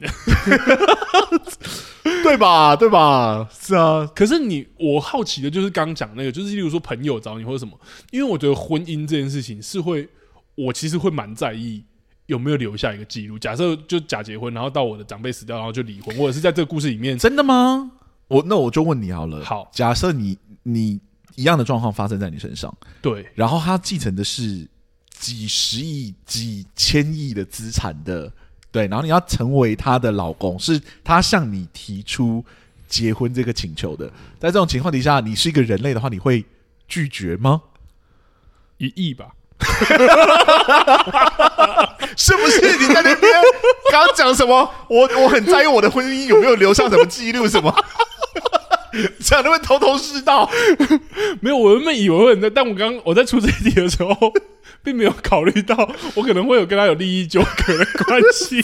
Speaker 1: 对吧？对吧？是啊，
Speaker 2: 可是你，我好奇的就是刚刚讲那个，就是例如说朋友找你或者什么，因为我觉得婚姻这件事情是会，我其实会蛮在意有没有留下一个记录。假设就假结婚，然后到我的长辈死掉，然后就离婚，或者是在这个故事里面，
Speaker 1: 真的吗？我那我就问你好了，
Speaker 2: 好
Speaker 1: 假设你你一样的状况发生在你身上，
Speaker 2: 对
Speaker 1: 然后他继承的是几十亿、几千亿的资产的，对，然后你要成为他的老公，是他向你提出结婚这个请求的。在这种情况底下，你是一个人类的话，你会拒绝吗？
Speaker 2: 一亿吧，
Speaker 1: 是不是？你在那边刚刚讲什么？我我很在意我的婚姻有没有留下什么记录什么。讲那么头头是道，
Speaker 2: 没有，我原本以为会很在，但我刚我在出这一题的时候，并没有考虑到我可能会有跟他有利益纠葛的关系，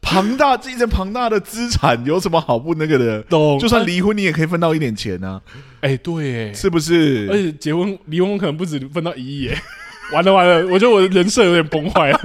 Speaker 1: 庞大继承庞大的资产有什么好不那个的？
Speaker 2: 懂
Speaker 1: 就算离婚，你也可以分到一点钱呢、
Speaker 2: 哎、对，哎
Speaker 1: 是不是？
Speaker 2: 而且结婚离婚可能不止分到一亿耶。 完了完了，我觉得我的人设有点崩坏了。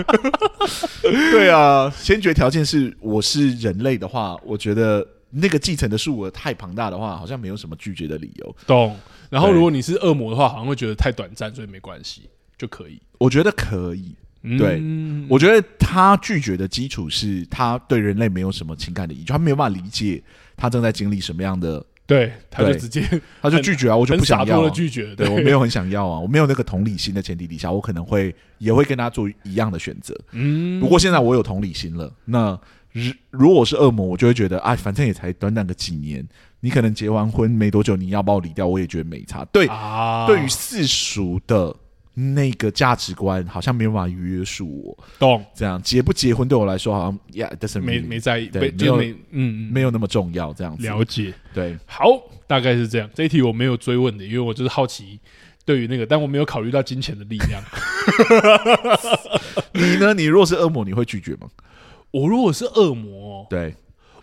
Speaker 1: 对啊，先决条件是我是人类的话，我觉得那个继承的数额太庞大的话，好像没有什么拒绝的理由。
Speaker 2: 懂。然后
Speaker 1: 对
Speaker 2: 如果你是恶魔的话，好像会觉得太短暂，所以没关系，就可以。
Speaker 1: 我觉得可以。
Speaker 2: 嗯
Speaker 1: 对，我觉得他拒绝的基础是他对人类没有什么情感的依据，他没有办法理解他正在经历什么样的，
Speaker 2: 对，他就
Speaker 1: 对
Speaker 2: 直接
Speaker 1: 他就拒绝啊，我就
Speaker 2: 很
Speaker 1: 不
Speaker 2: 洒
Speaker 1: 想要、
Speaker 2: 脱
Speaker 1: 啊
Speaker 2: 的。拒绝。
Speaker 1: 对我没，有很想要啊，我没有那个同理心的前提底下，我可能会也会跟他做一样的选择。
Speaker 2: 嗯
Speaker 1: 不过现在我有同理心了，那如如果是恶魔，我就会觉得啊，反正也才短短个几年，你可能结完婚没多久，你要把我离掉，我也觉得没差。对，
Speaker 2: 啊，
Speaker 1: 对于世俗的那个价值观，好像没有办法约束我。
Speaker 2: 懂
Speaker 1: 这样结不结婚对我来说，好像 yeah it doesn't
Speaker 2: 没
Speaker 1: really-
Speaker 2: 没在意，
Speaker 1: 对
Speaker 2: 没
Speaker 1: 没有
Speaker 2: 就没嗯嗯
Speaker 1: 没有那么重要，这样子。
Speaker 2: 了解。
Speaker 1: 对，
Speaker 2: 好，大概是这样。这一题我没有追问的，因为我就是好奇。对于那个，但我没有考虑到金钱的力量。
Speaker 1: 你呢？你若是恶魔，你会拒绝吗？
Speaker 2: 我如果是恶魔，
Speaker 1: 对，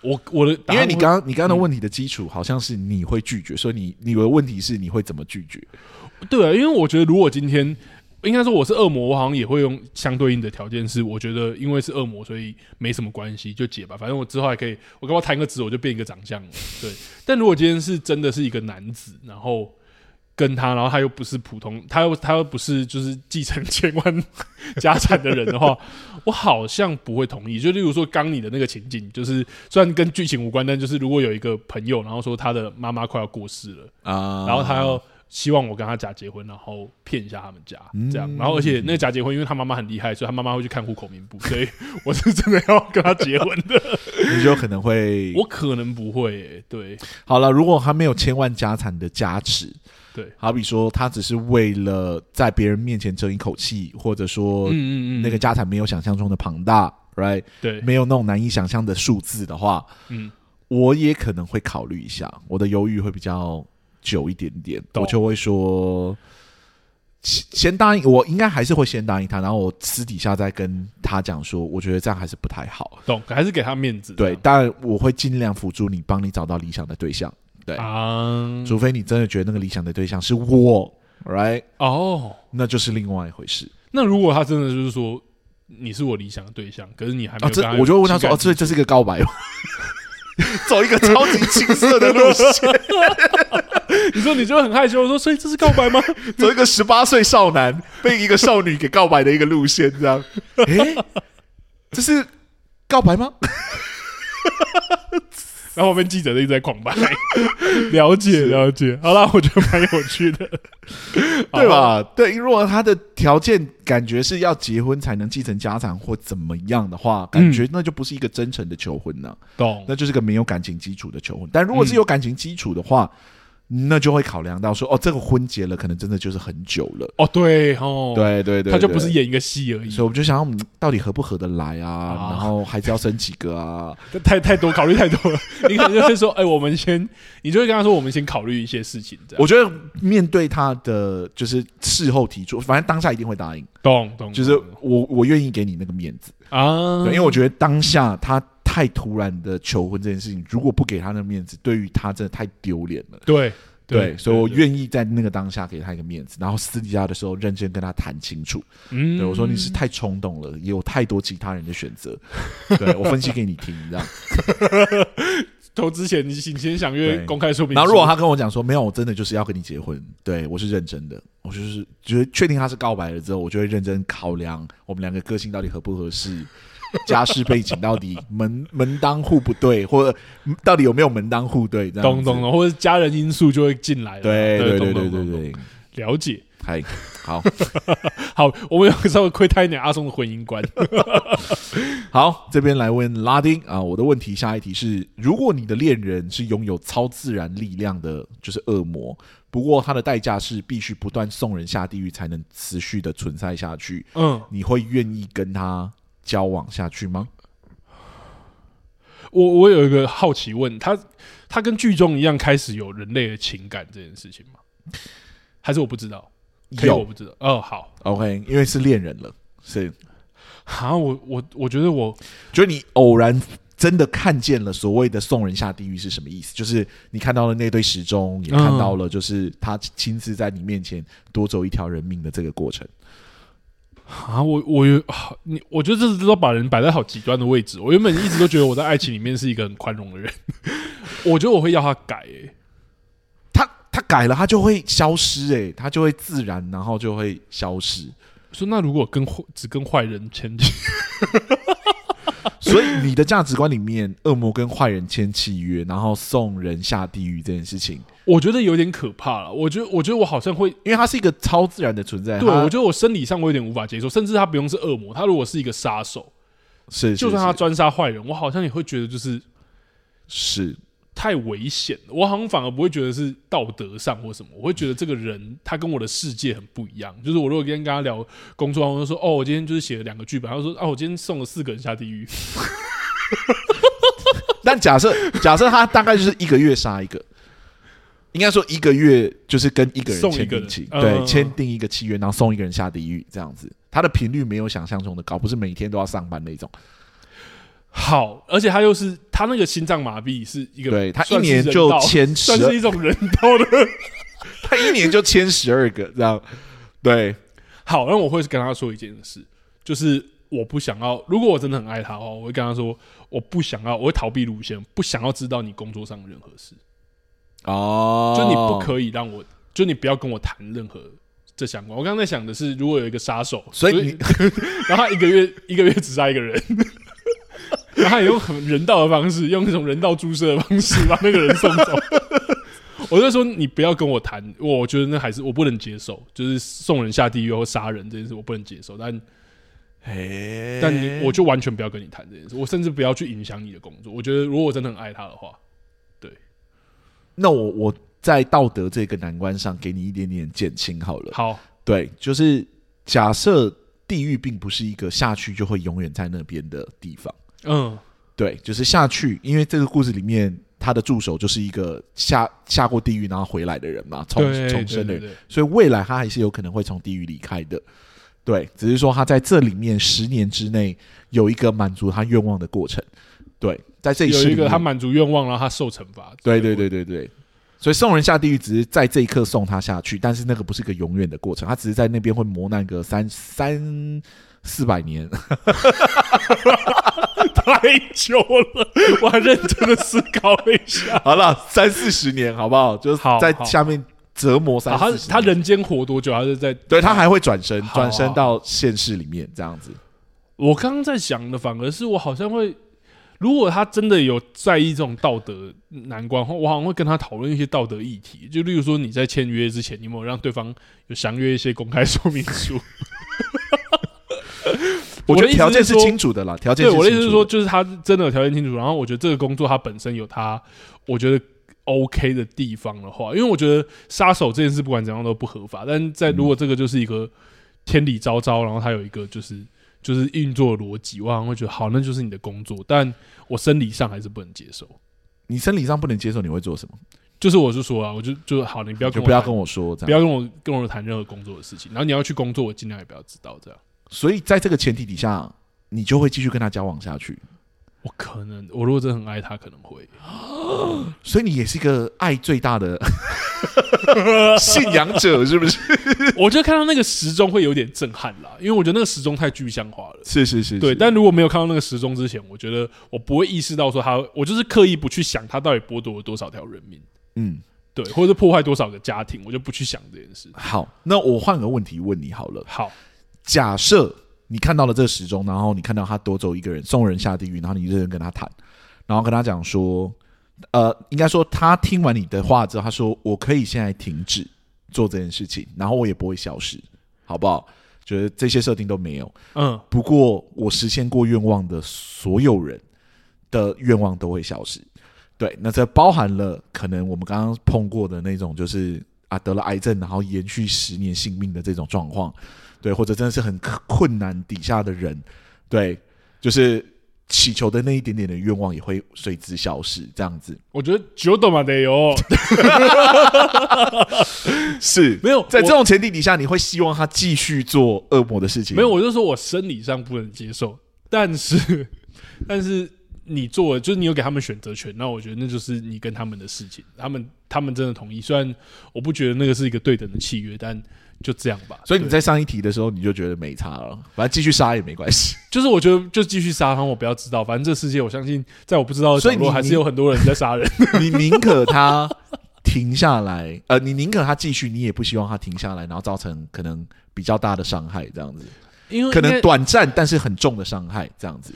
Speaker 2: 我我的答
Speaker 1: 因
Speaker 2: 案
Speaker 1: 为你
Speaker 2: 会嗯
Speaker 1: 刚刚你刚刚的问题的基础好像是你会拒绝，所以你你的问题是你会怎么拒绝？
Speaker 2: 对啊，因为我觉得如果今天应该说我是恶魔，我好像也会用相对应的条件是，我觉得因为是恶魔，所以没什么关系，就解吧。反正我之后还可以，我跟我谈个职，我就变一个长相了。对，但如果今天是真的是一个男子，然后。跟他，然后他又不是普通，他又他又不是就是继承千万 家产的人的话， 我好像不会同意。就例如说刚你的那个情景，就是虽然跟剧情无关，但就是如果有一个朋友，然后说他的妈妈快要过世了，
Speaker 1: 啊
Speaker 2: 然后他要希望我跟他假结婚，然后骗一下他们家
Speaker 1: 嗯
Speaker 2: 这样。然后而且那个假结婚，因为他妈妈很厉害，所以他妈妈会去看户口名簿， 所以我是真的要跟他结婚的。
Speaker 1: 你就可能会
Speaker 2: 我可能不会、欸，对
Speaker 1: 好了，如果他没有千万家产的加持，
Speaker 2: 对，
Speaker 1: 好比说他只是为了在别人面前争一口气，或者说
Speaker 2: 嗯嗯嗯，
Speaker 1: 那个家产没有想象中的庞大，right，
Speaker 2: 对，
Speaker 1: 嗯没有那种难以想象的数字的话，
Speaker 2: 嗯，
Speaker 1: 我也可能会考虑一下，我的犹豫会比较久一点点，
Speaker 2: 懂
Speaker 1: 我就会说。先先答应我，应该还是会先答应他，然后我私底下再跟他讲说，我觉得这样还是不太好。
Speaker 2: 懂？还是给他面子？
Speaker 1: 对，但我会尽量辅助你，帮你找到理想的对象，
Speaker 2: 这样啊，
Speaker 1: 除非你真的觉得那个理想的对象是我，right？
Speaker 2: 哦，
Speaker 1: 那就是另外一回事。
Speaker 2: 那如果他真的就是说你是我理想的对象，可是你还没
Speaker 1: 啊，
Speaker 2: 有跟
Speaker 1: 这
Speaker 2: 他
Speaker 1: 我就会问他说，哦，
Speaker 2: 有情
Speaker 1: 这这是一个告 白吗？走一个超级青涩的路线，哦
Speaker 2: 感你说你就很害羞，我说所以这是告 白吗？
Speaker 1: 走一个十八岁少男被一个少女给告白的一个路线，这样，诶、这是告白吗？
Speaker 2: 然后旁边记者一直在狂掰， 了解了解。好啦，我觉得蛮有趣的，
Speaker 1: 对
Speaker 2: 好？
Speaker 1: 吧？对，如果他的条件感觉是要结婚才能继承家产或怎么样的话，感觉那就不是一个真诚的求婚呢、
Speaker 2: 懂
Speaker 1: 那就是个没有感情基础的求婚。但如果是有感情基础的话，那就会考量到说，哦，这个婚结了，可能真的就是很久了。
Speaker 2: 哦，对哦，，
Speaker 1: 对对对，
Speaker 2: 他就不是
Speaker 1: 对。
Speaker 2: 演一个戏而已
Speaker 1: 所以，我们就想，嗯到底合不合得来啊？
Speaker 2: 啊
Speaker 1: 然后孩子要生几个啊？
Speaker 2: 太太多考虑太 多了。你可能就会说，哎，我们先，你就会跟他说，我们先考虑一些事情，这样
Speaker 1: 我觉得面对他的就是事后提出，反正当下一定会答应，
Speaker 2: 懂懂，
Speaker 1: 就是
Speaker 2: 懂
Speaker 1: 我我愿意给你那个面子。
Speaker 2: 啊，
Speaker 1: 对，因为我觉得当下他太突然的求婚这件事情，如果不给他的面子，对于他真的太丢脸了。
Speaker 2: 对
Speaker 1: 对，所以我
Speaker 2: 对
Speaker 1: 愿意在那个当下给他一个面子，然后私底下的时候认真跟他谈清楚。
Speaker 2: 嗯
Speaker 1: 对我说你是太冲动了，也有太多其他人的选择。对我分析给你听，这样。
Speaker 2: 投资前，你你先详阅
Speaker 1: 对
Speaker 2: 公开说明书。
Speaker 1: 然后如果他跟我讲说没有，我真的就是要跟你结婚，对我是认真的，我就是觉得确定他是告白了之后，我就会认真考量我们两个个性到底合不合适， 家世背景到底门门当户不对，或者到底有没有门当户对这样子
Speaker 2: 懂懂，懂，或者家人因素就会进来了。
Speaker 1: 对对对对
Speaker 2: 懂懂懂
Speaker 1: 对
Speaker 2: 懂
Speaker 1: 对，
Speaker 2: 了解。
Speaker 1: 嗨，好
Speaker 2: 好，我们有稍微窥探一点阿松的婚 姻观。
Speaker 1: 好，这边来问拉丁啊，我的问题下一题是：如果你的恋人是拥有超自然力量的，就是恶魔。不过，他的代价是必须不断送人下地狱，才能持续的存在下去。
Speaker 2: 嗯，
Speaker 1: 你会愿意跟他交往下去吗？
Speaker 2: 我我有一个好奇问，他他跟剧中一样开始有人类的情感这件事情吗？还是我不知道？可以我不知道。哦，好，
Speaker 1: ，OK，因为是恋人了，是，
Speaker 2: 好，我我我觉得我
Speaker 1: 就是你偶然真的看见了所谓的送人下地狱是什么意思？就是你看到了那对时钟，也看到了就是他亲自在你面前夺走一条人命的这个过程。
Speaker 2: 啊，我我有啊你，我觉得这是都把人摆在好极端的位置。我原本一直都觉得我在爱情里面是一个很宽容的人， 我觉得我会要他改、欸。
Speaker 1: 他他改了，他就会消失、欸，他就会自然，然后就会消失。
Speaker 2: 说那如果跟坏只跟坏人牵牵，
Speaker 1: 所以你的价值观里面，恶魔跟坏人签契约，然后送人下地狱这件事情，
Speaker 2: 我觉得有点可怕了。我觉得我觉得我好像会
Speaker 1: 因为它是一个超自然的存在。
Speaker 2: 对，
Speaker 1: 它
Speaker 2: 我觉得我生理上我有点无法接受，甚至他不用是恶魔，他如果是一个杀手，
Speaker 1: 是是
Speaker 2: 就算他
Speaker 1: 是
Speaker 2: 专杀坏人，我好像也会觉得就是
Speaker 1: 是
Speaker 2: 太危险了。我好像反而不会觉得是道德上或什么，我会觉得这个人他跟我的世界很不一样。就是我如果今天跟他聊工作，我就说哦，我今天就是写了两个剧本，他就说哦，我今天送了四个人下 地狱，
Speaker 1: 但假设 假设他大概就是一个月杀一个，应该说一个月就是跟一个人
Speaker 2: 送一
Speaker 1: 签
Speaker 2: 个
Speaker 1: 订
Speaker 2: 人
Speaker 1: 契，
Speaker 2: 嗯
Speaker 1: 对，签订一个契约，然后送一个人下地狱这样子。他的频率没有想象中的高，不是每天都要上班那种。
Speaker 2: 好，而且他又是他那个心脏麻痹是一个，
Speaker 1: 对他一
Speaker 2: 算是
Speaker 1: 年
Speaker 2: 人
Speaker 1: 就
Speaker 2: 道
Speaker 1: 签十
Speaker 2: 算，是一种人道的。
Speaker 1: 他一年就签十二个这样。对，
Speaker 2: 好，那我会跟他说一件事，就是我不想要。如果我真的很爱他哦，我会跟他说，我不想要，我会逃避路线，不想要知道你工作上的任何事，
Speaker 1: 哦
Speaker 2: 就你不，可以让我，就你不要跟我谈任何这相关。我刚才想的是，如果有一个杀手，
Speaker 1: 所以
Speaker 2: 就
Speaker 1: 你
Speaker 2: 是 然后他一个月一个月只杀一个人。然后他也用很人道的方式，用那种人道注射的方式把那个人送走。我就说你不要跟我谈，我觉得那还是我不能接受，就是送人下地狱或杀人这件事我不能接受。但
Speaker 1: 哎
Speaker 2: 但你我就完全不要跟你谈这件事，我甚至不要去影响你的工作。我觉得如果我真的很爱他的话，
Speaker 1: 那我我在道德这个难关上给你一点点减轻好了。
Speaker 2: 好，
Speaker 1: 对，就是假设地狱并不是一个下去就会永远在那边的地方。
Speaker 2: 嗯，
Speaker 1: 对，就是下去，因为这个故事里面他的助手就是一个下下过地狱然后回来的人嘛，重
Speaker 2: 对
Speaker 1: 重生的
Speaker 2: 对
Speaker 1: 人，
Speaker 2: 对对
Speaker 1: 所以未来他还是有可能会从地狱离开的。对，只是说他在这里面十年之内有一个满足他愿望的过程。对，在这一世
Speaker 2: 有
Speaker 1: 里
Speaker 2: 一个
Speaker 1: 面
Speaker 2: 他满足愿望，然后他受惩罚。
Speaker 1: 对对对对对，所以送人下地狱只是在这一刻送他下去，但是那个不是一个永远的过程，他只是在那边会磨难个三三四百年。
Speaker 2: 太久了，我还认真的思考了一 下。
Speaker 1: 好了，三四十年好不好？就是
Speaker 2: 好
Speaker 1: 在
Speaker 2: 好
Speaker 1: 下面折磨三
Speaker 2: 啊、他
Speaker 1: 四十
Speaker 2: 他
Speaker 1: 年
Speaker 2: 人间活多久？他是在
Speaker 1: 对他还会转身，
Speaker 2: 好
Speaker 1: 转身到现世里面这样子。
Speaker 2: 我刚刚在想的，反而是我好像会，如果他真的有在意这种道德难关的话，我好像会跟他讨论一些道德议题，就例如说你在签约之前，你有没有让对方有详阅一些公开说明书？
Speaker 1: 我觉得
Speaker 2: 的意思
Speaker 1: 条件
Speaker 2: 是
Speaker 1: 是
Speaker 2: 说
Speaker 1: 清楚的啦，条件
Speaker 2: 对我的意
Speaker 1: 清
Speaker 2: 思是
Speaker 1: 楚
Speaker 2: 说，
Speaker 1: 的，
Speaker 2: 就是他真的有条件清楚，然后我觉得这个工作他本身有他我觉得 OK 的地方的话，因为我觉得杀手这件事不管怎样都不合法，但在如果这个就是一个天理昭昭，然后他有一个就是就是运作的逻辑，我好像会觉得好，那就是你的工作，但我生理上还是不能接受。
Speaker 1: 你生理上不能接受，你会做什么？
Speaker 2: 就是我是说啊，我就就好，你不要
Speaker 1: 就
Speaker 2: 跟我
Speaker 1: 不要
Speaker 2: 谈
Speaker 1: 跟我说这
Speaker 2: 不
Speaker 1: 样。
Speaker 2: 要跟我跟我谈任何工作的事情，然后你要去工作，我尽量也不要知道这样。
Speaker 1: 所以在这个前提底下，你就会继续跟他交往下去。
Speaker 2: 我可能，我如果真的很爱他，可能会。
Speaker 1: 所以你也是一个爱最大 的信仰者，是不是？
Speaker 2: 我就看到那个时钟会有点震撼啦，因为我觉得那个时钟太具象化了。
Speaker 1: 是是是，
Speaker 2: 对，
Speaker 1: 是
Speaker 2: 但如果没有看到那个时钟之前，我觉得我不会意识到说他，我就是刻意不去想他到底剥夺了多少条人命，
Speaker 1: 嗯，
Speaker 2: 对，或者是破坏多少个家庭，我就不去想这件事。
Speaker 1: 好，那我换个问题问你好了。
Speaker 2: 好，
Speaker 1: 假设你看到了这个时钟，然后你看到他夺走一个人，送人下地狱，然后你认真跟他谈，然后跟他讲说，呃，应该说他听完你的话之后，他说我可以现在停止做这件事情，然后我也不会消失，好不好？觉得这些设定都没有，
Speaker 2: 嗯，
Speaker 1: 不过我实现过愿望的所有人的愿望都会消失。对，那这包含了可能我们刚刚碰过的那种，就是啊得了癌症，然后延续十年性命的这种状况，对，或者真的是很困难底下的人，对，就是祈求的那一点点的愿望也会随之消失，这样子
Speaker 2: 我觉得九斗嘛得有，
Speaker 1: 是
Speaker 2: 没有
Speaker 1: 在这
Speaker 2: 我
Speaker 1: 种前提底下，你会希望他继续做恶魔的事情？
Speaker 2: 没有，我就说我生理上不能接受，但是 但是你做了，就是你有给他们选择权，那我觉得那就是你跟他们的事情，他们他们真的同意，虽然我不觉得那个是一个对等的契约，但就这样吧。
Speaker 1: 所以你
Speaker 2: 对
Speaker 1: 在上一题的时候你就觉得没差了，反正继续杀也没关系。
Speaker 2: 就是我觉得就继续杀，然后我不要知道，反正这世界我相信，在我不知道的角
Speaker 1: 所以你
Speaker 2: 落还是有很多人在杀 人。
Speaker 1: 你宁可他停下来，呃，你宁可他继续，你也不希望他停下来，然后造成可能比较大的伤害，这样子，
Speaker 2: 因为
Speaker 1: 可
Speaker 2: 应
Speaker 1: 能
Speaker 2: 该
Speaker 1: 短暂但是很重的伤害，这样子。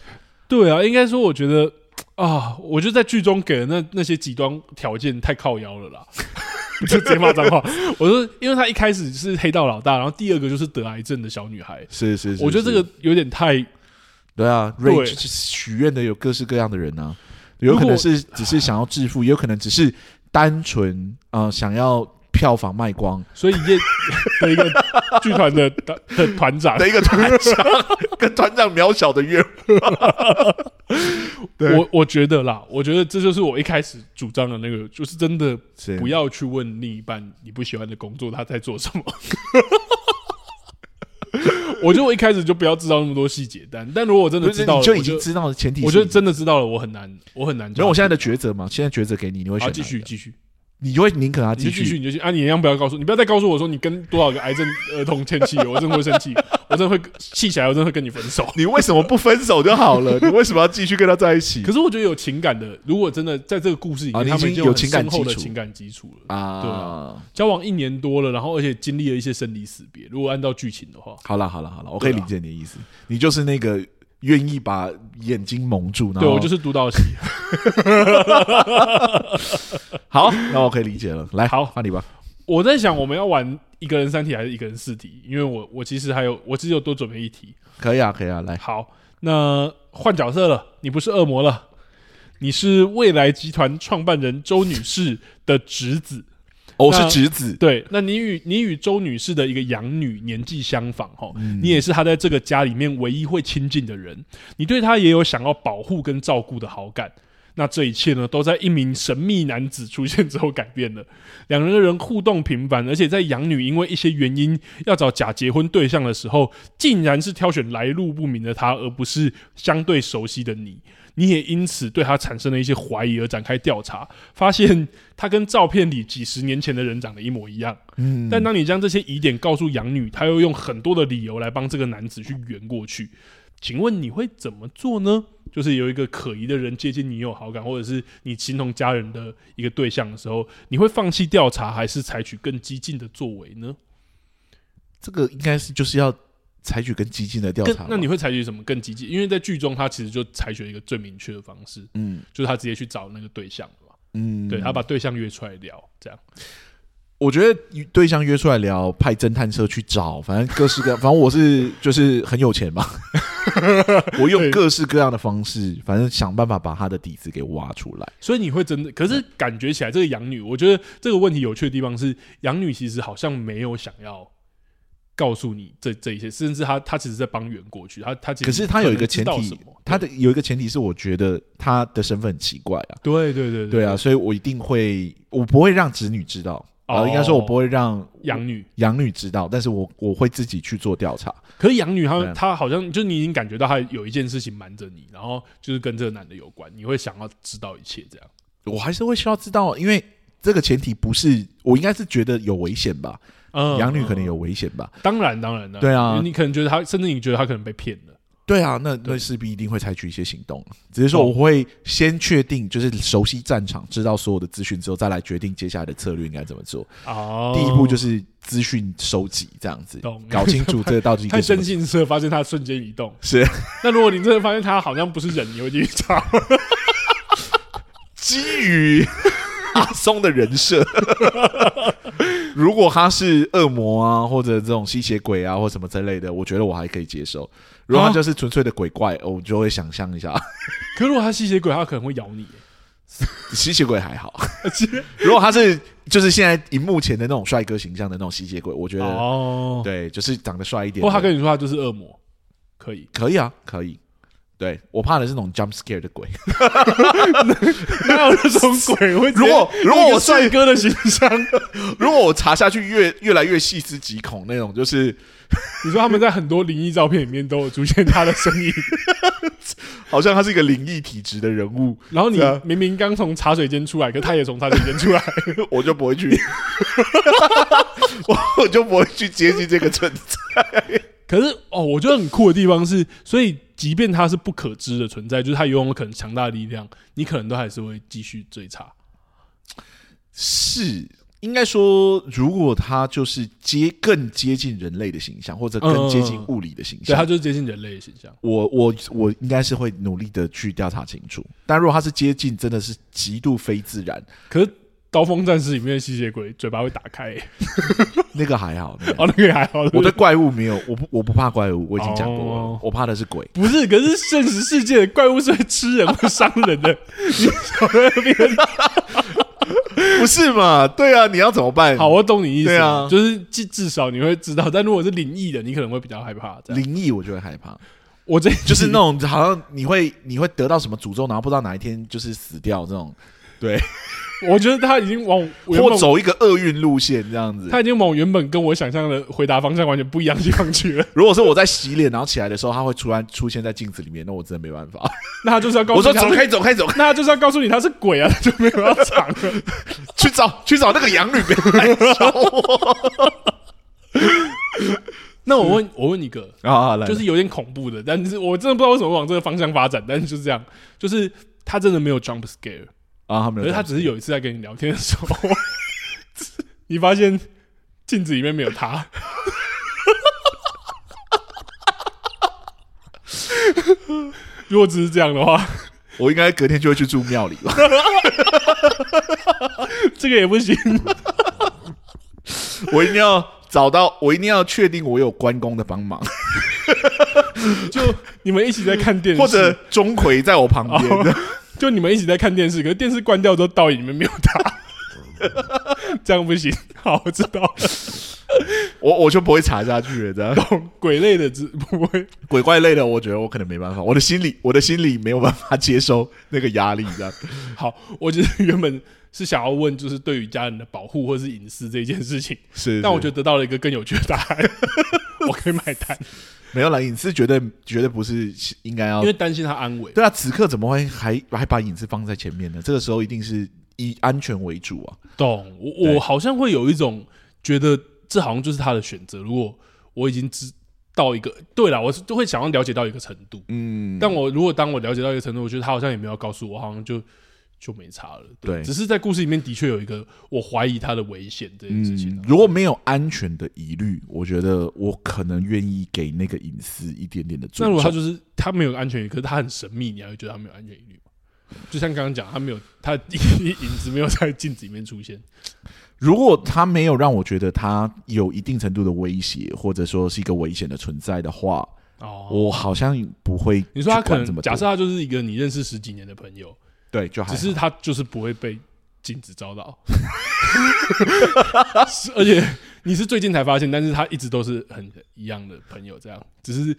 Speaker 2: 对啊，应该说我觉得啊，我就在剧中给的那那些极端条件太靠腰了啦。 就直接骂脏 话。我说，因为他一开始是黑道老大，然后第二个就是得癌症的小女孩，
Speaker 1: 是是
Speaker 2: 我觉得这个有点太
Speaker 1: 对啊
Speaker 2: 对
Speaker 1: ，rage 许愿的有各式各样的人啊，有可
Speaker 2: 如果
Speaker 1: 能是只是想要致富，也有可能只是单纯啊、呃想要票房卖光
Speaker 2: 所以叶的一个剧团的 的的团长，
Speaker 1: 的一个团长， 跟团长渺小的愿望。对
Speaker 2: 我我觉得啦，我觉得这就是我一开始主张的那个，就是真的
Speaker 1: 是
Speaker 2: 不要去问另一半你不喜欢的工作他在做什么。 我觉得我一开始就不要知道那么多细节，但但如果我真的
Speaker 1: 不
Speaker 2: 知
Speaker 1: 是你
Speaker 2: 道了，
Speaker 1: 就已
Speaker 2: 我
Speaker 1: 经
Speaker 2: 就
Speaker 1: 知道的前提是，
Speaker 2: 我觉得真的知道了，我很难，我很难。
Speaker 1: 没有我现在的抉择嘛，现在抉择给你，你会选
Speaker 2: 好
Speaker 1: 哪一
Speaker 2: 继
Speaker 1: 个
Speaker 2: 续，继续，
Speaker 1: 你就会宁可他
Speaker 2: 你
Speaker 1: 继
Speaker 2: 就
Speaker 1: 续
Speaker 2: 继续，你就继续啊！你一样不要告诉你不要再告诉我说你跟多少个癌症儿童前妻，我真的会生气，我真的会气起来，我真的会跟你分 手。
Speaker 1: 你为什么不分手就好了？你为什么要继续跟他在一起
Speaker 2: 可是我觉得有情感的，如果真的在这个故事里
Speaker 1: 啊你
Speaker 2: 面，
Speaker 1: 已
Speaker 2: 他们
Speaker 1: 经
Speaker 2: 已经
Speaker 1: 有
Speaker 2: 很
Speaker 1: 情感
Speaker 2: 深厚的
Speaker 1: 基础
Speaker 2: 情感基础了。
Speaker 1: 啊？
Speaker 2: 对啊交往一年多了，然后而且经历了一些生离死别。如果按照剧情的话，
Speaker 1: 好了好了好了，我可以
Speaker 2: 对啊
Speaker 1: 理解你的意思，你就是那个愿意把眼睛蒙住，然
Speaker 2: 对
Speaker 1: 后
Speaker 2: 我就是读到戏。
Speaker 1: 好，那我可以理解了。来，
Speaker 2: 好
Speaker 1: 换你吧。
Speaker 2: 我在想，我们要玩一个人三题还是一个人四题？因为我我其实还有我其实有多准备一题。
Speaker 1: 可以啊，可以啊，来，
Speaker 2: 好，那换角色了，你不是恶魔了，你是未来集团创办人周女士的侄子。
Speaker 1: 哦我
Speaker 2: 那
Speaker 1: 是侄子，
Speaker 2: 对，那你与你与周女士的一个养女年纪相仿哈，
Speaker 1: 嗯
Speaker 2: 你也是她在这个家里面唯一会亲近的人，你对她也有想要保护跟照顾的好感。那这一切呢，都在一名神秘男子出现之后改变了。 两人的人互动频繁，而且在养女因为一些原因要找假结婚对象的时候，竟然是挑选来路不明的他，而不是相对熟悉的你。你也因此对他产生了一些怀疑，而展开调查，发现他跟照片里几十年前的人长得一模一样。
Speaker 1: 嗯
Speaker 2: 但当你将这些疑点告诉养女，她又用很多的理由来帮这个男子去圆过去。请问你会怎么做呢？就是有一个可疑的人接近你有好感，或者是你形同家人的一个对象的时候，你会放弃调查，还是采取更激进的作为呢？
Speaker 1: 这个应该是就是要采取更激进的调
Speaker 2: 更
Speaker 1: 查吧。
Speaker 2: 那你会采取什么更激进？因为在剧中他其实就采取了一个最明确的方式，
Speaker 1: 嗯
Speaker 2: 就是他直接去找那个对象了嘛，
Speaker 1: 嗯，
Speaker 2: 对他把对象约出来聊，这样。
Speaker 1: 我觉得对象约出来聊，派侦探车去找，反正各式 各样，反正我是就是很有钱嘛，我用各式各样的方式，反正想办法把他的底子给挖出来。
Speaker 2: 所以你会真的，可是感觉起来这个养女，我觉得这个问题有趣的地方是，养女其实好像没有想要告诉你这这一些，甚至她她其实在帮圆过去，她她其实
Speaker 1: 可是她有一个前提
Speaker 2: 可能知道什么
Speaker 1: 他的有一个前提是，我觉得他的身份很奇怪啊，
Speaker 2: 对对对
Speaker 1: 对啊，，所以我一定会，我不会让侄女知道，啊、
Speaker 2: 哦
Speaker 1: 应该说我不会让
Speaker 2: 养女，
Speaker 1: 养女知道，但是我我会自己去做调查。
Speaker 2: 可是养女她
Speaker 1: 嗯
Speaker 2: 她好像就你已经感觉到她有一件事情瞒着你，然后就是跟这个男的有关，你会想要知道一切这样。
Speaker 1: 我还是会需要知道，因为这个前提不是我应该是觉得有危险吧，
Speaker 2: 嗯
Speaker 1: 养女可能有危险吧。
Speaker 2: 当然当然的，
Speaker 1: 对啊
Speaker 2: 你可能觉得她，甚至你觉得她可能被骗了。
Speaker 1: 对啊，那
Speaker 2: 对哦
Speaker 1: 那势必一定会采取一些行动，只是说我会先确定，就是熟悉战场，知道所有的资讯之后，再来决定接下来的策略应该怎么做。
Speaker 2: 哦，
Speaker 1: 第一步就是资讯收集，这样子
Speaker 2: 懂
Speaker 1: 搞清楚这个到底是一
Speaker 2: 看
Speaker 1: 个什
Speaker 2: 征
Speaker 1: 么。
Speaker 2: 信社，发现他瞬间移动。
Speaker 1: 是，
Speaker 2: 那如果你真的发现他好像不是人，你会继续 查。
Speaker 1: 基于阿松的人 设，如果他是恶魔啊，或者这种吸血鬼啊，或什么之类的，我觉得我还可以接受。如果他就是纯粹的鬼怪，哦我就会想象一 下
Speaker 2: 可如果他吸血鬼，他可能会咬你。
Speaker 1: 吸血鬼还好。如果他是就是现在荧幕前的那种帅哥形象的那种吸血鬼，我觉得、
Speaker 2: 哦，
Speaker 1: 对，就是长得帅一点的。
Speaker 2: 或他跟你说他就是恶魔，可以。
Speaker 1: 可以啊，可以。对我怕的是那种 jump scare 的鬼。
Speaker 2: 哪有 那种鬼会直接
Speaker 1: 如果如果
Speaker 2: 用一
Speaker 1: 我
Speaker 2: 个帅
Speaker 1: 是
Speaker 2: 哥的形象，
Speaker 1: 如果我查下去越越来越细思极恐那种，就是
Speaker 2: 你说他们在很多灵异照片里面都有出现他的身 影，
Speaker 1: 好像他是一个灵异体质的人物，
Speaker 2: 然后你
Speaker 1: 是啊
Speaker 2: 明明刚从茶水间出来，可他也从茶水间出来，
Speaker 1: 我就不会去， 我我就不会去接近这个存在。
Speaker 2: 可是哦，我觉得很酷的地方是，所以即便它是不可知的存在，就是它拥有可能强大的力量，你可能都还是会继续追查。
Speaker 1: 是。应该说，如果他就是接更接近人类的形象，或者更接近
Speaker 2: 嗯
Speaker 1: 物理的形
Speaker 2: 对，
Speaker 1: 象，
Speaker 2: 它就是接近人类的形象。
Speaker 1: 我我我应该是会努力的去调查清楚，但如果他是接近，真的是极度非自然，
Speaker 2: 可是刀锋战士里面的吸血鬼嘴巴会打开、欸
Speaker 1: 那个还好。 那个
Speaker 2: 哦，那个也还好。
Speaker 1: 我对
Speaker 2: 的
Speaker 1: 怪物没有，我不我不怕怪物，我已经讲过了
Speaker 2: 哦，
Speaker 1: 我怕的是鬼。
Speaker 2: 不是，可是现实世界的怪物是会吃人、会伤人的。你小在那边，
Speaker 1: 不是嘛？对啊，你要怎么办？
Speaker 2: 好，，我懂你意思。
Speaker 1: 对啊
Speaker 2: 就是至至少你会知道，但如果是灵异的，你可能会比较害怕。这样，
Speaker 1: 灵异我就会害怕，
Speaker 2: 我这
Speaker 1: 就是那种好像你会你会得到什么诅咒，然后不知道哪一天就是死掉这种，对，
Speaker 2: 我觉得他已经往原
Speaker 1: 或
Speaker 2: 本
Speaker 1: 走一个厄运路线这样子。
Speaker 2: 他已经往原本跟我想象的回答方向完全不一样的地方去了。
Speaker 1: 如果是我在洗脸，然后起来的时候，他会突然出现在镜子里面，那我真的没办法。
Speaker 2: 那他就是要告
Speaker 1: 我
Speaker 2: 诉
Speaker 1: 说
Speaker 2: 你他
Speaker 1: 走
Speaker 2: 是，
Speaker 1: 开，走开，走开，
Speaker 2: 那他就是要告诉你他是鬼啊，他就没有要藏了。
Speaker 1: 去找去找那个养女别来 找我
Speaker 2: 那我问，我问一个，
Speaker 1: 啊！来
Speaker 2: 就是有点恐怖的，但是我真的不知道为什么往这个方向发展，但是就是这样，就是他真的没有 jump scare，
Speaker 1: 啊，他
Speaker 2: 可
Speaker 1: 们
Speaker 2: 是他只是有一次在跟你聊天的时候， 你发现镜子里面没有他，如果只是这样的话，
Speaker 1: 我应该隔天就会去住庙里 了。
Speaker 2: 这个也不行。
Speaker 1: 我一定要找到，我一定要确定我有关公的 帮忙，
Speaker 2: 就你们一起在看电视，
Speaker 1: 或者钟馗在我旁边。
Speaker 2: 就你们一起在看电视，可是电视关掉之后，倒 影里面没有他，这样不行。好，我知道了。
Speaker 1: 我我就不会查下去了，这样
Speaker 2: 鬼类的只不会
Speaker 1: 鬼怪类的，我觉得我可能没办法，我的心理我的心理没有办法接收那个压力， 这样。
Speaker 2: 好。我其实原本是想要问，就是对于家人的保护或是隐私这件事情，
Speaker 1: 是，
Speaker 2: 但我觉
Speaker 1: 得
Speaker 2: 得得到了一个更有趣的答 案，我可以买单，
Speaker 1: 没有啦，隐私绝对绝对不是应该要
Speaker 2: 因为担心他安危。
Speaker 1: 对啊，此刻怎么会还还把隐私放在前面呢？这个时候一定是以安全为主啊。
Speaker 2: 懂，我
Speaker 1: 对
Speaker 2: 我好像会有一种觉得这好像就是他的选择。如果我已经知到一个，对了，我是就会想要了解到一个程度。
Speaker 1: 嗯，
Speaker 2: 但我如果当我了解到一个程度，我觉得他好像也没有告诉我，好像就就没差了。
Speaker 1: 对
Speaker 2: 只是在故事里面的确有一个我怀疑他的危险这件事情
Speaker 1: 嗯
Speaker 2: 啊、，
Speaker 1: 如果没有安全的疑虑，我觉得我可能愿意给那个隐私一点点的
Speaker 2: 那
Speaker 1: 尊
Speaker 2: 如果他
Speaker 1: 重。
Speaker 2: 就是他没有安全疑虑，可是他很神秘，你还会觉得他没有安全疑虑吗？就像刚刚讲，他没有他的影子没有在镜子里面出现，
Speaker 1: 如果他没有让我觉得他有一定程度的威胁，或者说是一个危险的存在的话，
Speaker 2: 哦
Speaker 1: 我好像不会。
Speaker 2: 你说他可
Speaker 1: 怎么哎多
Speaker 2: 能假设他就是一个你认识十几年的朋友，
Speaker 1: 对，就还
Speaker 2: 只
Speaker 1: 好
Speaker 2: 是他就是不会被禁止遭到， 是而且你是最近才发现，但是他一直都是很一样的朋友，这样只是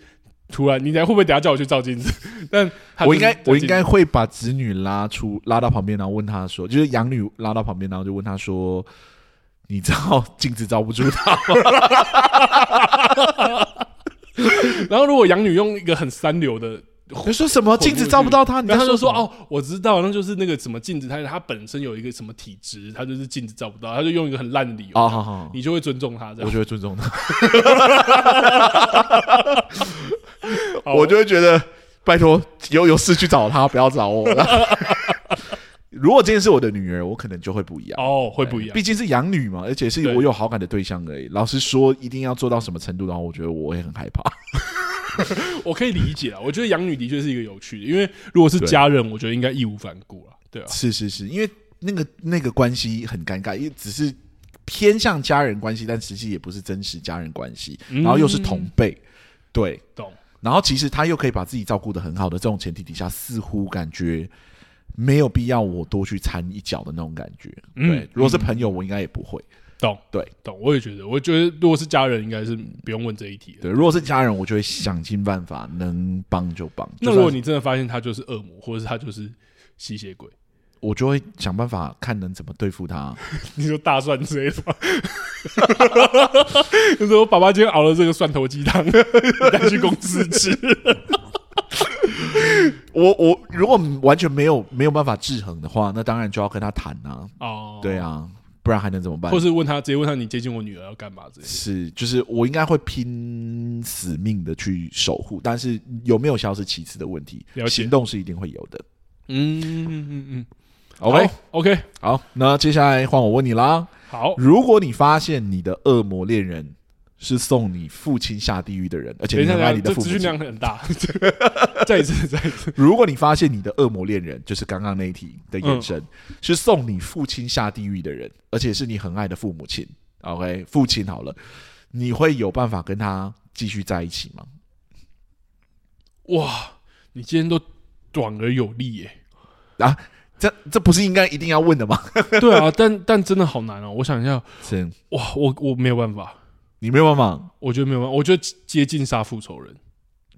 Speaker 2: 突然你等下会不会等下叫我去照镜子？但他就
Speaker 1: 我
Speaker 2: 是
Speaker 1: 应该
Speaker 2: 在
Speaker 1: 我
Speaker 2: 镜
Speaker 1: 应该会把子女拉出拉到旁边，然后问他说，就是养女拉到旁边，然后就问他说，你知道镜子罩不住他，
Speaker 2: 然后如果养女用一个很三流的。
Speaker 1: 他说什么镜子照不到他，你在
Speaker 2: 然后他就说
Speaker 1: 什么，
Speaker 2: 哦，我知道，那就是那个什么镜子，它它本身有一个什么体质，它就是镜子照不到，他就用一个很烂的理由，
Speaker 1: 哦，好好 好，
Speaker 2: 你就会尊重他这
Speaker 1: 我
Speaker 2: 样。
Speaker 1: 就会尊重 他，
Speaker 2: 好
Speaker 1: 我就会觉得拜托有有事去找他，不要找 我。如果今天是我的女儿，我可能就会不一样。
Speaker 2: 哦，会不一样
Speaker 1: 毕。竟是养女嘛，而且是
Speaker 2: 对
Speaker 1: 我有好感的对象而已。老实说，一定要做到什么程度的话，我觉得我会很害怕。
Speaker 2: 我可以理解啊，我觉得养女的确是一个有趣的，因为如果是家人，我觉得应该义无反顾了，对啊，
Speaker 1: 是是是，因为那个那个关系很尴尬，因为只是偏向家人关系，但实际也不是真实家人关系，
Speaker 2: 嗯
Speaker 1: 然后又是同辈，对，
Speaker 2: 懂。
Speaker 1: 然后其实他又可以把自己照顾的很好的这种前提底下，似乎感觉没有必要我多去掺一脚的那种感觉。
Speaker 2: 嗯
Speaker 1: 对，如果是朋友，我应该也不会。
Speaker 2: 懂，
Speaker 1: 对，
Speaker 2: 懂。我也觉得，我觉得如果是家人，应该是不用问这一题了。
Speaker 1: 对，如果是家人，我就会想尽办法，能帮就帮。
Speaker 2: 那
Speaker 1: 就算
Speaker 2: 如果
Speaker 1: 是
Speaker 2: 你真的发现他就是恶魔，或者是他就是吸血鬼，
Speaker 1: 我就会想办法看能怎么对付他。
Speaker 2: 你说大蒜之类的吗？ 就说我爸爸今天熬了这个蒜头鸡汤， 你带去公司吃。
Speaker 1: 我我如果完全没有没有办法制衡的话，那当然就要跟他谈啊。
Speaker 2: 哦，
Speaker 1: 对，啊，不然还能怎么办
Speaker 2: 或？是问他直接问他你接近我女儿要干嘛之类的。
Speaker 1: 是，就是我应该会拼死命的去守护，但是有没有消是其次的问题
Speaker 2: 了，解
Speaker 1: 行动是一定会有的。
Speaker 2: 嗯嗯嗯嗯
Speaker 1: OK，
Speaker 2: OK
Speaker 1: 好那接下来换我问你啦。
Speaker 2: 好，
Speaker 1: 如果你发现你的恶魔恋人是送你父亲下地狱的人，而且
Speaker 2: 等一
Speaker 1: 你
Speaker 2: 下，
Speaker 1: 很爱你
Speaker 2: 等
Speaker 1: 的
Speaker 2: 一下，这
Speaker 1: 父
Speaker 2: 资讯
Speaker 1: 亲，
Speaker 2: 量很大。 再一次，再一次。
Speaker 1: 如果你发现你的恶魔恋人就是刚刚那一题的眼神、是送你父亲下地狱的人，而且是你很爱的父母亲，OK，父亲好了，你会有办法跟他继续在一起吗？
Speaker 2: 哇，你今天都短而有力耶、
Speaker 1: 这这不是应该一定要问的 吗？
Speaker 2: 对啊，但但真的好难哦、我想一下，
Speaker 1: 是
Speaker 2: 哇，我我没有办法，
Speaker 1: 你没有办法
Speaker 2: 我觉得没有办法，我觉得接近杀父仇人。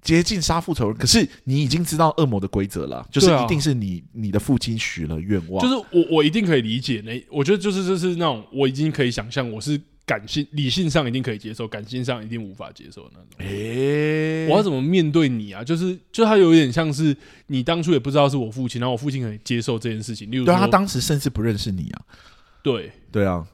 Speaker 1: 接近杀父仇人，可是你已经知道恶魔的规则了，就是
Speaker 2: 对啊
Speaker 1: 一定是你、你的父亲许了愿望，
Speaker 2: 就是我我一定可以理解那，我觉得就是就是那种我已经可以想象，我是感性理性上一定可以接受，感性上一定无法接受的那种。
Speaker 1: 诶、
Speaker 2: 我要怎么面对你啊？就是就他有点像是你当初也不知道是我父亲，然后我父亲可以接受这件事情。例如
Speaker 1: 对
Speaker 2: 说，
Speaker 1: 啊，他当时甚至不认识你啊，
Speaker 2: 对
Speaker 1: 对啊，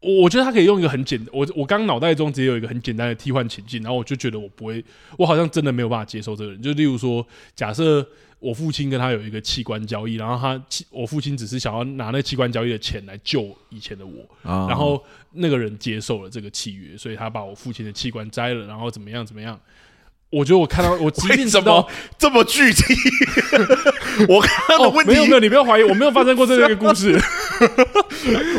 Speaker 2: 我我觉得他可以用一个很简单，我我刚脑袋中只有一个很简单的替换情境，然后我就觉得我不会，我好像真的没有办法接受这个人。就例如说，假设我父亲跟他有一个器官交易，然后他器我父亲只是想要拿那器官交易的钱来救以前的我，
Speaker 1: 啊
Speaker 2: 然后那个人接受了这个契约，所以他把我父亲的器官摘了，然后怎么样怎么样。我觉得我看到我 即
Speaker 1: 为
Speaker 2: 便
Speaker 1: 什
Speaker 2: 知道
Speaker 1: 么这么具体？ 我刚刚的
Speaker 2: 哦，
Speaker 1: 问
Speaker 2: 没有没
Speaker 1: 题，
Speaker 2: 有，你不要怀疑，我没有发生过这个 故事。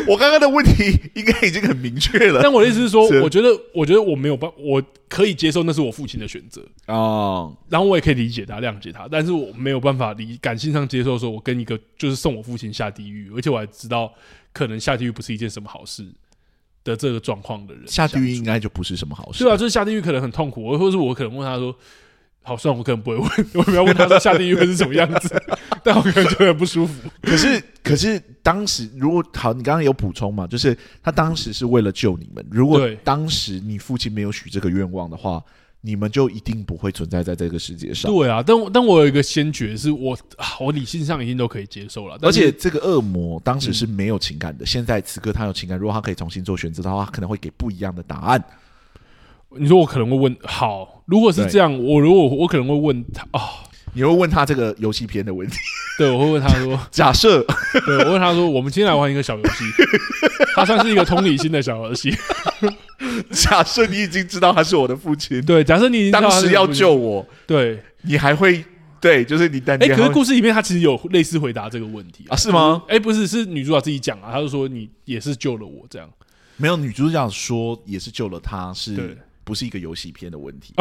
Speaker 1: 我刚刚的问题应该已经很明确了
Speaker 2: 但我的意思是说，
Speaker 1: 是
Speaker 2: 我觉得我觉得我没有办，我可以接受那是我父亲的选择，
Speaker 1: 哦，
Speaker 2: 然后我也可以理解他、谅解他，但是我没有办法理感性上接受，说我跟一个就是送我父亲下地狱，而且我还知道可能下地狱不是一件什么好事的这个状况的人
Speaker 1: 下地狱
Speaker 2: 相
Speaker 1: 应
Speaker 2: 处，
Speaker 1: 该就不是什么好事。
Speaker 2: 对啊，就是下地狱可能很痛苦，或者是我可能问他说。好，算了我可能不会问， 我不要问他说下地狱会是什么样子， 但我可能就很不舒服。
Speaker 1: 可是，可是当时如果好，你刚刚有补充嘛？就是他当时是为了救你们。如果
Speaker 2: 对
Speaker 1: 当时你父亲没有许这个愿望的话，你们就一定不会存在在这个世界上。
Speaker 2: 对啊，但我但我有一个先决是我啊，我理性上已经都可以接受了，
Speaker 1: 而
Speaker 2: 但是嗯
Speaker 1: 且这个恶魔当时是没有情感的，现在此刻他有情感。如果他可以重新做选择的话，他可能会给不一样的答案。
Speaker 2: 你说我可能会问，好，如果是这样，我如果我可能会问他啊、
Speaker 1: 你会问他这个游戏片的问题。
Speaker 2: 对，我会问他说，
Speaker 1: 假设
Speaker 2: 对我问他说，我们今天来玩一个小游戏，它算是一个同理心的小游戏。
Speaker 1: 假设你已经知道他是我的父亲，
Speaker 2: 对，假设你已经知道
Speaker 1: 当
Speaker 2: 它是
Speaker 1: 时要
Speaker 2: 不
Speaker 1: 救我，
Speaker 2: 对，
Speaker 1: 你还会对，就是你但
Speaker 2: 哎、
Speaker 1: 你还
Speaker 2: 可
Speaker 1: 会
Speaker 2: 是故事里面他其实有类似回答这个问题
Speaker 1: 啊是吗？
Speaker 2: 哎、不是，是女主角自己讲啊，她就说你也是救了我这样。
Speaker 1: 没有女主角说也是救了他，是
Speaker 2: 对
Speaker 1: 不是一个游戏片的问题？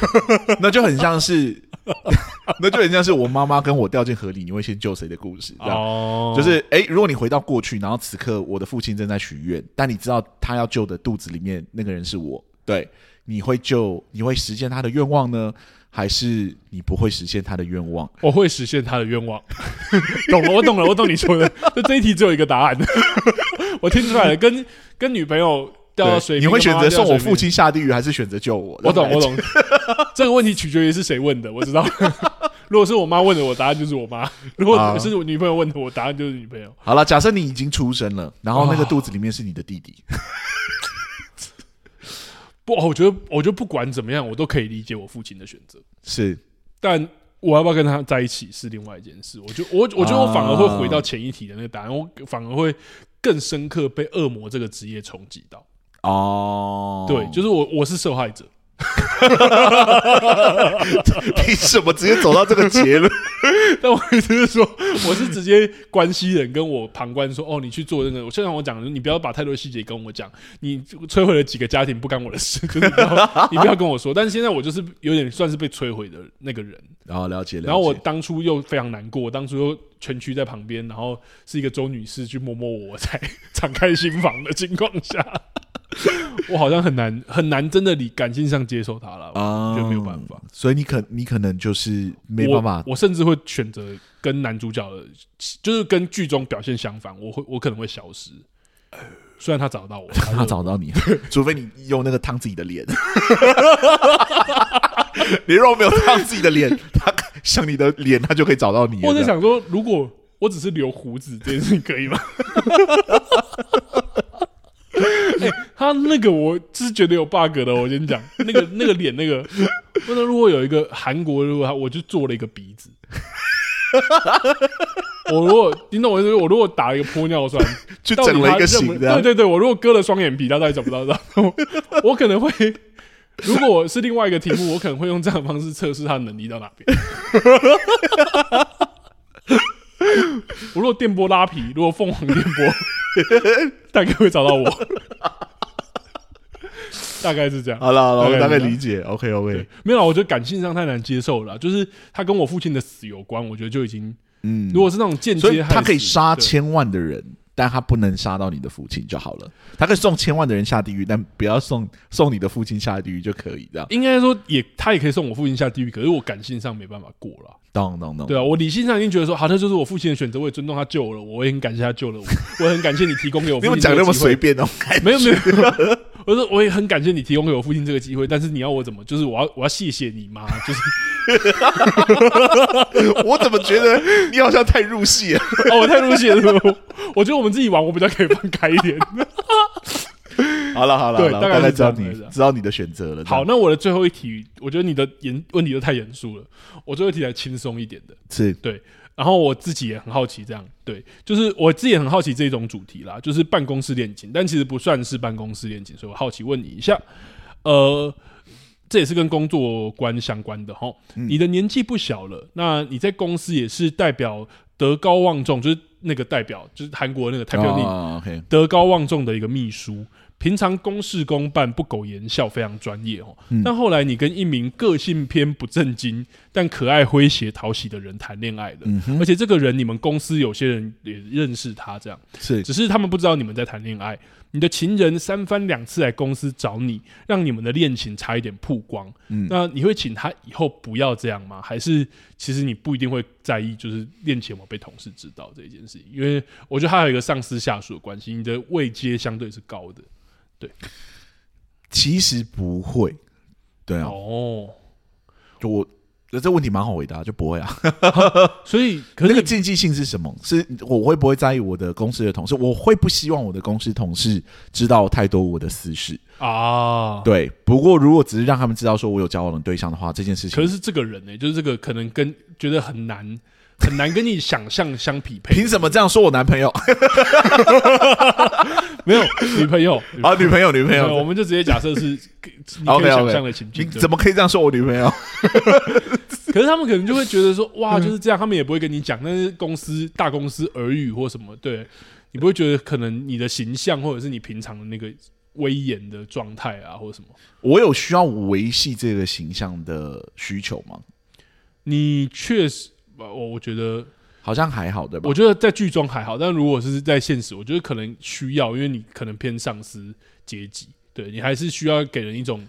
Speaker 1: 那就很像是， 那就很像是我妈妈跟我掉进河里，你会先救谁的故事？这样
Speaker 2: 哦
Speaker 1: 就是，哎、如果你回到过去，然后此刻我的父亲正在许愿，但你知道他要救的肚子里面那个人是我，对，你会救，你会实现他的愿望呢，还是你不会实现他的愿望？
Speaker 2: 我会实现他的愿望。 懂了，我懂了，我懂你说的。就这一题只有一个答案， 我听出来了。跟跟女朋友掉到
Speaker 1: 对
Speaker 2: 水里，
Speaker 1: 你会
Speaker 2: 跟
Speaker 1: 选
Speaker 2: 妈妈
Speaker 1: 择
Speaker 2: 掉到
Speaker 1: 送我
Speaker 2: 水里
Speaker 1: 父亲下地狱，还是选择救我？
Speaker 2: 我懂，我懂。这个问题取决于是谁问的，我知道。 如果是我妈问的，我答案就是我妈；如
Speaker 1: 啊
Speaker 2: 果是我女朋友问的，我答案就是女朋友。
Speaker 1: 好了，假设你已经出生了，然后那个
Speaker 2: 哦
Speaker 1: 肚子里面是你的弟弟，
Speaker 2: 不，我觉得，我觉得不管怎么样，我都可以理解我父亲的选择。
Speaker 1: 是
Speaker 2: 但我要不要跟他在一起是另外一件事。我觉得，我我觉得我反而会回到前一题的那个答案，我反而会更深刻被恶魔这个职业冲击到。
Speaker 1: 哦，
Speaker 2: 对，就是我我是受害者。
Speaker 1: 凭什么直接走到这个结论？
Speaker 2: 但我意思是说，我是直接关系人跟我旁观说，哦，你去做那个，就像我讲的，你不要把太多细节跟我讲，你摧毁了几个家庭不干我的事，就是你不要你不要跟我说。但是现在我就是有点算是被摧毁的那个人，
Speaker 1: 然后了解，了解
Speaker 2: 然后我当初又非常难过，我当初又蜷曲在旁边，然后是一个周女士去摸摸我，我才 敞开心房的情况下，我好像很难很难真的理感性上接受他了，我
Speaker 1: 啊
Speaker 2: 觉得没有办法。
Speaker 1: 所以你可你可能就是没办法
Speaker 2: 我，我甚至会选择跟男主角的，就是跟剧中表现相反，我会我可能会消失。虽然他找 到我，
Speaker 1: 让呃他找到你，
Speaker 2: 哎
Speaker 1: 除非你用那个烫自己的 脸。你如果没有烫自己的脸，他像你的脸，他就可以找到你了。
Speaker 2: 我在想说，如果我只是留胡子这件事情可 以吗？哎、他那个我是觉得有 bug 的，我先讲那个那个脸那个，我说如果有一个韩国，如果他我就做了一个鼻子。我如果你懂我意思，我如果打了一个玻尿酸，
Speaker 1: 去
Speaker 2: 到底
Speaker 1: 整了
Speaker 2: 他
Speaker 1: 一个
Speaker 2: 认不
Speaker 1: 形，这样
Speaker 2: 对对对，我如果割了双眼皮，他到底找不到到，我 我可能会，如果我是另外一个题目，我可能会用这样的方式测试他的能力到哪边。 我如果电波拉皮，如果凤凰电波，大概会找到我， 大概是这样。
Speaker 1: 好了好了，我大
Speaker 2: 大概
Speaker 1: 概
Speaker 2: 是这样
Speaker 1: 理解。OK
Speaker 2: 对
Speaker 1: OK，，
Speaker 2: 没有啦，我觉得感性上太难接受了啦，就是他跟我父亲的死有关，我觉得就已经，
Speaker 1: 嗯
Speaker 2: 如，果是那种间
Speaker 1: 所以
Speaker 2: 接害死，
Speaker 1: 他可以杀
Speaker 2: 对
Speaker 1: 千万的人，但他不能杀到你的父亲就好了。他可以送千万的人下地狱，但不要送送你的父亲下地狱就可以。这样，
Speaker 2: 应该说也，他也可以送我父亲下地狱，可是我感性上没办法过了。
Speaker 1: 懂懂懂。
Speaker 2: 对啊，我理性上已经觉得说，好，那就是我父亲的选择，我也尊重他救了我，我也很感谢他救了 我，我也很感谢你提供给我
Speaker 1: 你
Speaker 2: 父
Speaker 1: 们
Speaker 2: 亲
Speaker 1: 讲
Speaker 2: 这
Speaker 1: 那
Speaker 2: 个
Speaker 1: 么
Speaker 2: 机会
Speaker 1: 随。便哦，感觉
Speaker 2: 没有没有，我说我也很感谢你提供给我父亲这个机会，但是你要我怎么？就是我要我要谢谢你妈，就是
Speaker 1: 我怎么觉得你好像太入戏 了？
Speaker 2: 哦，我太入戏了。是不是我觉得我们自己玩，我比较可以放开一 点。
Speaker 1: 好了好了，
Speaker 2: 对
Speaker 1: 好了
Speaker 2: 大概
Speaker 1: 我大概
Speaker 2: 是
Speaker 1: 知
Speaker 2: 这
Speaker 1: 道
Speaker 2: 样
Speaker 1: 你
Speaker 2: 大概是这样
Speaker 1: 知道你的选择了。这
Speaker 2: 好，
Speaker 1: 样，
Speaker 2: 那我的最后一题，我觉得你的严问题都太严肃了，我最后一题来轻松一点的。
Speaker 1: 是
Speaker 2: 然后我自己也很好奇，这样对，就是我自己也很好奇这种主题啦，就是办公室恋情，但其实不算是办公室恋情，所以我好奇问你一下，呃，这也是跟工作观相关的哈。你的年纪不小了，那你在公司也是代表德高望重，就是那个代表，就是韩国那个代表你
Speaker 1: 哦 OK，
Speaker 2: 德高望重的一个秘书，平常公事公办，不苟言笑，非常专业哦。但后来你跟一名个性偏不正经但可爱诙谐讨喜的人谈恋爱了，而且这个人你们公司有些人也认识他，这样
Speaker 1: 是
Speaker 2: 只是他们不知道你们在谈恋爱。你的情人三番两次来公司找你，让你们的恋情差一点曝光。
Speaker 1: 嗯
Speaker 2: 那你会请他以后不要这样吗？还是其实你不一定会在意，就是恋情我被同事知道这一件事情？因为我觉得还有一个上司下属的关系，你的位阶相对是高的。
Speaker 1: 其实不会，对啊，
Speaker 2: 哦，
Speaker 1: 就我这问题蛮好回答，就不会啊。
Speaker 2: 所以可
Speaker 1: 那
Speaker 2: 是
Speaker 1: 个
Speaker 2: 你
Speaker 1: 禁忌性是什么？是我会不会在意我的公司的同事？我会不希望我的公司同事知道太多我的私事。
Speaker 2: 啊，
Speaker 1: 对，不过如果只是让他们知道说我有交往的对象的话，这件事情
Speaker 2: 可是是这个人呢、就是这个可能跟觉得很难。很难跟你想象相匹配，
Speaker 1: 凭什么这样说我男朋友
Speaker 2: 没有 女朋友，女朋友
Speaker 1: 啊？女朋友，女朋
Speaker 2: 没 有，我
Speaker 1: 友，
Speaker 2: 们就直接假设是 你可以
Speaker 1: OK，OK
Speaker 2: 想象的情
Speaker 1: 你
Speaker 2: 境。对
Speaker 1: 怎么可以这样说我女朋友？
Speaker 2: 可是他们可能就会觉得说，
Speaker 1: 嗯
Speaker 2: 哇，就是这样，他们也不会跟你讲。但是公司大公司耳语或什么，对你不会觉得可能你的形象或者是你平常的那个威严的状态啊，或者什么，
Speaker 1: 我有需要维系这个形象的需求吗？
Speaker 2: 你确实。呃我我觉得，
Speaker 1: 好像还好，对吧
Speaker 2: 我？觉得在剧中还好，但如果是在现实，我觉得可能需要，因为你可能偏上司阶级，对你还是需要给人一种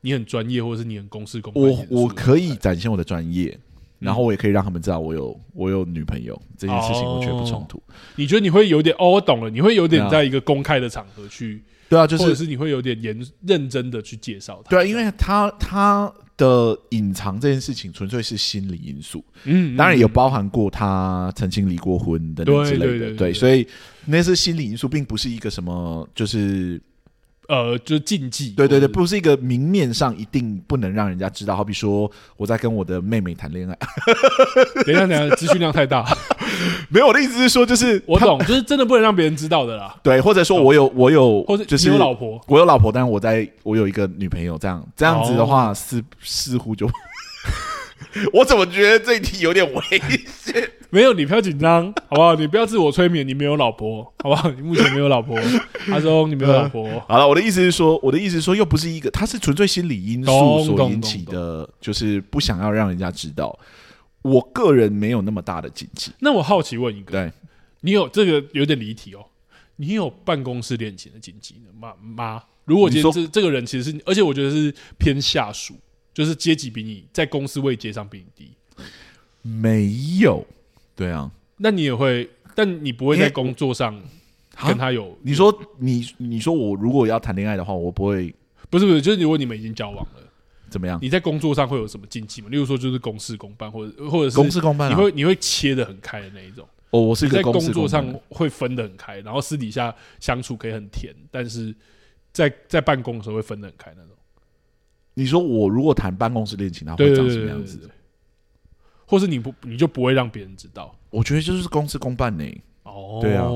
Speaker 2: 你很专业，或者是你很公事公办
Speaker 1: 我
Speaker 2: 严肃嗯的
Speaker 1: 我可以
Speaker 2: 状态
Speaker 1: 展现我的专业，然后我也可以让他们知道我有我有女朋友这件事情，我觉得不冲突。
Speaker 2: 你觉得你会有点哦，我懂了，你会有点
Speaker 1: 对啊
Speaker 2: 在一个公开的场合去，
Speaker 1: 对啊，就
Speaker 2: 或者
Speaker 1: 是
Speaker 2: 是你会有点严认真的去介绍他。
Speaker 1: 对啊，因为他他的隐藏这件事情纯粹是心理因素，
Speaker 2: 嗯，嗯
Speaker 1: 当然有包含过他曾经离过婚等等
Speaker 2: 对
Speaker 1: 之类的，
Speaker 2: 对对对对
Speaker 1: 所以那是心理因素，并不是一个什么就是
Speaker 2: 呃，就是禁忌。
Speaker 1: 对对对，
Speaker 2: 或者是，
Speaker 1: 不是一个明面上一定不能让人家知道，好比说我在跟我的妹妹谈恋爱，
Speaker 2: 等一下等一下，资讯量太大，
Speaker 1: 没有我的意思是说就是
Speaker 2: 我
Speaker 1: 他
Speaker 2: 懂，就是真的不能让别人知道的啦，
Speaker 1: 对，或者说我有我有
Speaker 2: 或者
Speaker 1: 就是
Speaker 2: 你有老婆，
Speaker 1: 我有老婆，但是我在我有一个女朋友，这样这样子的
Speaker 2: 哦
Speaker 1: 话，似似乎就， 我怎么觉得这一题有点危险？
Speaker 2: 没有，你不要紧 张，好不好？你不要自我催眠，你没有老婆，好不好？你目前没有老婆，阿忠，你没有老 婆，
Speaker 1: 好了，我的意思是说，我的意思是说，又不是一个，它是纯粹心理因素
Speaker 2: 懂
Speaker 1: 所
Speaker 2: 懂
Speaker 1: 引起的，就是不想要让人家知道。我个人没有那么大的禁忌，
Speaker 2: 那我好奇问一个，
Speaker 1: 对，
Speaker 2: 你有这个有点离题哦，你有办公室恋情的禁忌呢吗？妈，如果今天
Speaker 1: 你
Speaker 2: 这这个人其实是，而且我觉得是偏下属，就是阶级比你在公司位阶上比你低，
Speaker 1: 没有，对啊，
Speaker 2: 那你也会，但你不会在
Speaker 1: 因为
Speaker 2: 工作上
Speaker 1: 啊
Speaker 2: 跟他有，
Speaker 1: 你说你你说我如果要谈恋爱的话，我不会
Speaker 2: 不是不是，就是如果你们已经交往了，
Speaker 1: 怎么样，
Speaker 2: 你在工作上会有什么禁忌吗？例如说就是公事公办，或者或者是
Speaker 1: 公事公办
Speaker 2: 你
Speaker 1: 啊，
Speaker 2: 会你会切的很开的那一种，
Speaker 1: 哦，我是
Speaker 2: 你
Speaker 1: 一个
Speaker 2: 在
Speaker 1: 公
Speaker 2: 工
Speaker 1: 事
Speaker 2: 作
Speaker 1: 公办
Speaker 2: 上会分得很开，然后私底下相处可以很甜，但是在在办公的时候会分得很开那种。
Speaker 1: 你说我如果谈办公室恋情，它
Speaker 2: 对
Speaker 1: 啊会
Speaker 2: 对
Speaker 1: 长
Speaker 2: 对
Speaker 1: 什
Speaker 2: 对
Speaker 1: 么
Speaker 2: 对
Speaker 1: 样
Speaker 2: 对
Speaker 1: 子？
Speaker 2: 对或是你不你就不会让别人知道
Speaker 1: 我觉得就是公事公办呢、
Speaker 2: 哦
Speaker 1: 对啊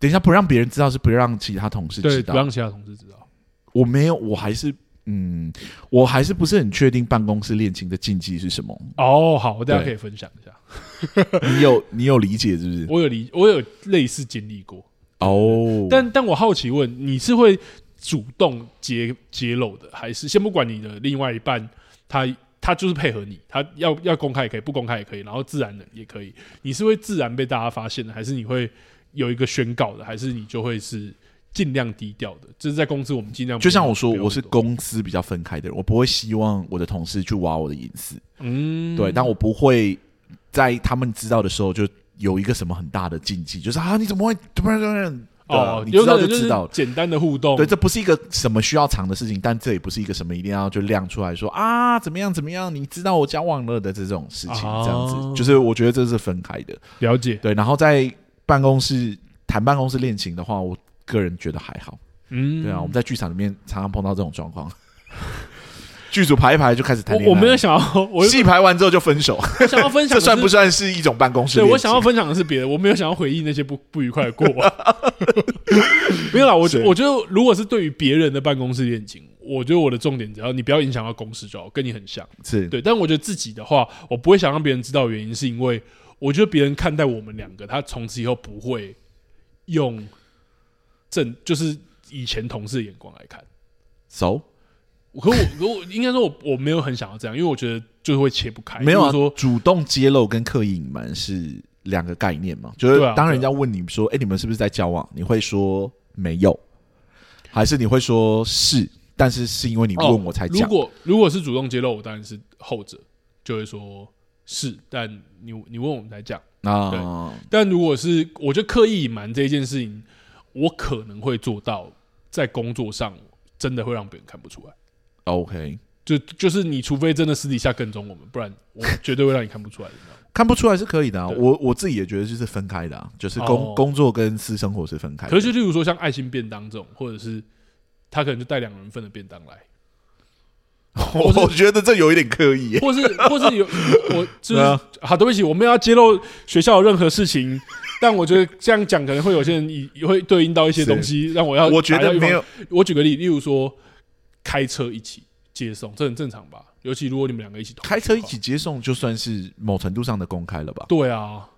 Speaker 1: 等一下不让别人知道，是不让其他同事
Speaker 2: 对，
Speaker 1: 知
Speaker 2: 不
Speaker 1: 道。
Speaker 2: 让其他同事知道。
Speaker 1: 我没有，我还是嗯，我还是不是很确定办公室恋情的禁忌是什 么。
Speaker 2: 哦，好，我大家
Speaker 1: 对
Speaker 2: 可以分享一下。
Speaker 1: 你有你有理解是 不是？
Speaker 2: 我有理，我有类似经历过，
Speaker 1: 嗯哦，
Speaker 2: 但但我好奇问，你是会主动揭揭露的，还是先不管你的另外一半，他他就是配合你，他要要公开也可以，不公开也可以，然后自然的也可以，你是会自然被大家发现的，还是你会有一个宣告的，还是你就会是尽量低调的？就是在公司我们尽量不
Speaker 1: 就
Speaker 2: 要
Speaker 1: 像我说，
Speaker 2: 不要
Speaker 1: 我是
Speaker 2: 多
Speaker 1: 公司比较分开的人，我不会希望我的同事去挖我的隐私。
Speaker 2: 嗯
Speaker 1: 对，但我不会在他们知道的时候就有一个什么很大的禁忌，就是啊，你怎么会突然突然？对
Speaker 2: 哦，
Speaker 1: 你知道
Speaker 2: 有可能
Speaker 1: 就是知道了。
Speaker 2: 简单的互动，
Speaker 1: 对，这不是一个什么需要藏的事情，但这也不是一个什么一定要就亮出来说啊怎么样怎么样，你知道我交往了的这种事情，
Speaker 2: 哦
Speaker 1: 这样子就是我觉得这是分开的。
Speaker 2: 了解，
Speaker 1: 对，然后在办公室谈办公室恋情的话，我个人觉得还好。
Speaker 2: 嗯，
Speaker 1: 对啊，我们在剧场里面常常碰到这种状况， 剧组排一排就开始谈恋
Speaker 2: 我
Speaker 1: 爱，
Speaker 2: 我没有 想要，我
Speaker 1: 戏排完之后就分 手，
Speaker 2: 我想要分享
Speaker 1: 这
Speaker 2: 的
Speaker 1: 算
Speaker 2: 是
Speaker 1: 不算是一种办公室
Speaker 2: 对
Speaker 1: 恋情？
Speaker 2: 我想要分享的是别的，我没有想要回忆那些不 不愉快的过往。没有啦，我觉
Speaker 1: 是
Speaker 2: 我觉得如果是对于别人的办公室恋情，我觉得我的重点只要你不要影响到公司就好，跟你很像。
Speaker 1: 是
Speaker 2: 对，但我觉得自己的话，我不会想让别人知道，的原因是因为我觉得别人看待我们两个，他从此以后不会用正就是以前同事的眼光来看。
Speaker 1: 熟
Speaker 2: 可我可我应该说我我没有很想要这样，因为我觉得就是会切不开。
Speaker 1: 没有
Speaker 2: 就
Speaker 1: 啊
Speaker 2: 是说，
Speaker 1: 主动揭露跟刻意隐瞒是两个概念嘛。就是
Speaker 2: 对啊
Speaker 1: 当人家问你说：“哎、你们是不是在交往？”你会说：“没有，还是你会说是，但是是因为你问我才
Speaker 2: 哦如
Speaker 1: 讲。
Speaker 2: 果如果是主动揭露，我当然是后者，就会说是，但你你问我们才讲。
Speaker 1: 啊，
Speaker 2: 但如果是我就刻意隐瞒这一件事情，我可能会做到在工作上真的会让别人看不出来。
Speaker 1: OK，
Speaker 2: 就就是你除非真的私底下跟踪我们，不然 我绝对会让你看不出来的。你知道吗
Speaker 1: 看不出来是可以的、啊。
Speaker 2: 对
Speaker 1: 我我自己也觉得就是分开的、啊，就是工、
Speaker 2: 哦
Speaker 1: 工作跟私生活是分开的。
Speaker 2: 可是就例如说像爱心便当这种，或者是他可能就带两人份的便当来，
Speaker 1: 我我觉得这有一点刻 意耶、
Speaker 2: 或是或是有我就是、
Speaker 1: 对啊
Speaker 2: 好，对不起，我没有要揭露学校的任何事情，但我觉得这样讲可能会有些人以会对应到一些
Speaker 1: 是
Speaker 2: 东西，让我要
Speaker 1: 我觉
Speaker 2: 打
Speaker 1: 得
Speaker 2: 预防
Speaker 1: 没有，
Speaker 2: 我举个例，例如说开车一起接送，这很正常吧？尤其如果你们两个一起同居
Speaker 1: 开车
Speaker 2: 的
Speaker 1: 一
Speaker 2: 话，
Speaker 1: 起接送，就算是某程度上的公开了吧？
Speaker 2: 对啊。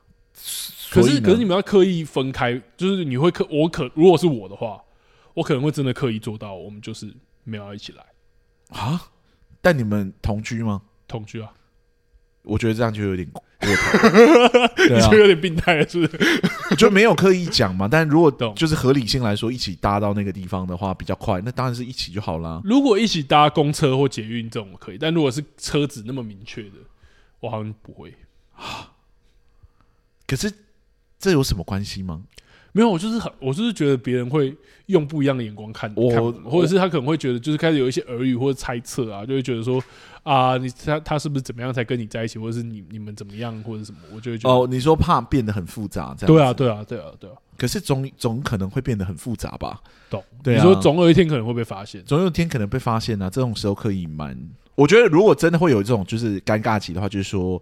Speaker 2: 可
Speaker 1: 可
Speaker 2: 是可是你们要刻意分开，就是你会刻我可如果是我的话，我可能会真的刻意做到，我们就是没有要一起来
Speaker 1: 啊，但你们同居吗？
Speaker 2: 同居啊，
Speaker 1: 我觉得这样就有点过头， 对
Speaker 2: 这、
Speaker 1: 啊，
Speaker 2: 有点病态了，是不是？
Speaker 1: 就没有刻意讲嘛。但如果
Speaker 2: 懂
Speaker 1: 就是合理性来说，一起搭到那个地方的话比较快，那当然是一起就好啦。
Speaker 2: 如果一起搭公车或捷运这种我可以，但如果是车子那么明确的，我好像不会。
Speaker 1: 可是这有什么关系吗？
Speaker 2: 没有，我就是很，我就是觉得别人会用不一样的眼光看
Speaker 1: 我
Speaker 2: 看或者是他可能会觉得，就是开始有一些耳语或者猜测啊，就会觉得说啊，你他他是不是怎么样才跟你在一起，或者是你你们怎么样，或者什么，我就会觉得，
Speaker 1: 哦，你说怕变得很复杂，这样
Speaker 2: 对啊，
Speaker 1: 子
Speaker 2: 对啊，对啊，对啊，
Speaker 1: 可是总总可能会变得很复杂吧？
Speaker 2: 懂。
Speaker 1: 对啊
Speaker 2: 你说总有一天可能会被发现，
Speaker 1: 总有一天可能被发现啊，这种时候刻意隐瞒。我觉得如果真的会有这种就是尴尬期的话，就是说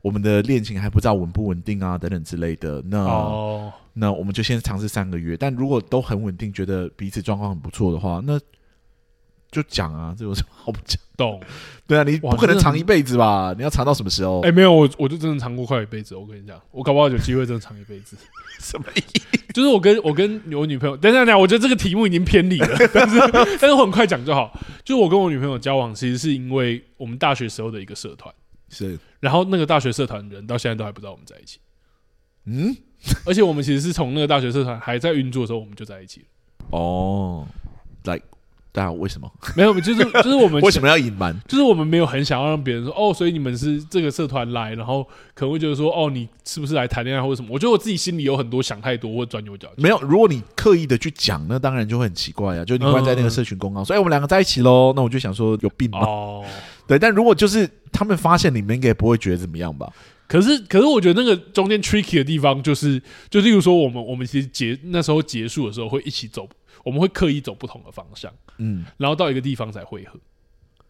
Speaker 1: 我们的恋情还不知道稳不稳定啊，等等之类的。那、
Speaker 2: 哦，
Speaker 1: 那我们就先尝试三个月，但如果都很稳定，觉得彼此状况很不错的话，那就讲啊，这有什么好不讲？
Speaker 2: 懂。
Speaker 1: 对啊，你
Speaker 2: 哇
Speaker 1: 不可能
Speaker 2: 真的
Speaker 1: 长一辈子吧？你要长到什么 时候？
Speaker 2: 哎、没有，我我就真的尝过快一辈子。我跟你讲，我搞不好有机会真的尝一辈子。
Speaker 1: 什么
Speaker 2: 意思？就是我跟我跟我女朋友，等等等一下，我觉得这个题目已经偏离了， 但是但是我很快讲就好。就是我跟我女朋友交往，其实是因为我们大学时候的一个社团，
Speaker 1: 是
Speaker 2: 然后那个大学社团人到现在都还不知道我们在一起，
Speaker 1: 嗯
Speaker 2: 而且我们其实是从那个大学社团还在运作的时候，我们就在一起了。
Speaker 1: 哦，like，大家为什么
Speaker 2: 没有，就是就是 我们
Speaker 1: 为什么要隐瞒？
Speaker 2: 就是我们没有很想要让别人说哦，所以你们是这个社团来，然后可能会觉得说哦，你是不是来谈恋爱或者什么？我觉得我自己心里有很多想太多或钻牛角尖。
Speaker 1: 没有，如果你刻意的去讲，那当然就会很奇怪啊。就你关在那个社群公告，所以哎我们两个在一起喽。那我就想说有病吗？
Speaker 2: 哦，
Speaker 1: 对，但如果就是他们发现你们，应该也不会觉得怎么样吧？
Speaker 2: 可是可是我觉得那个中间 tricky 的地方就是，就例如说我们我们其实结那时候结束的时候会一起走，我们会刻意走不同的方向，
Speaker 1: 嗯，
Speaker 2: 然后到一个地方才会合。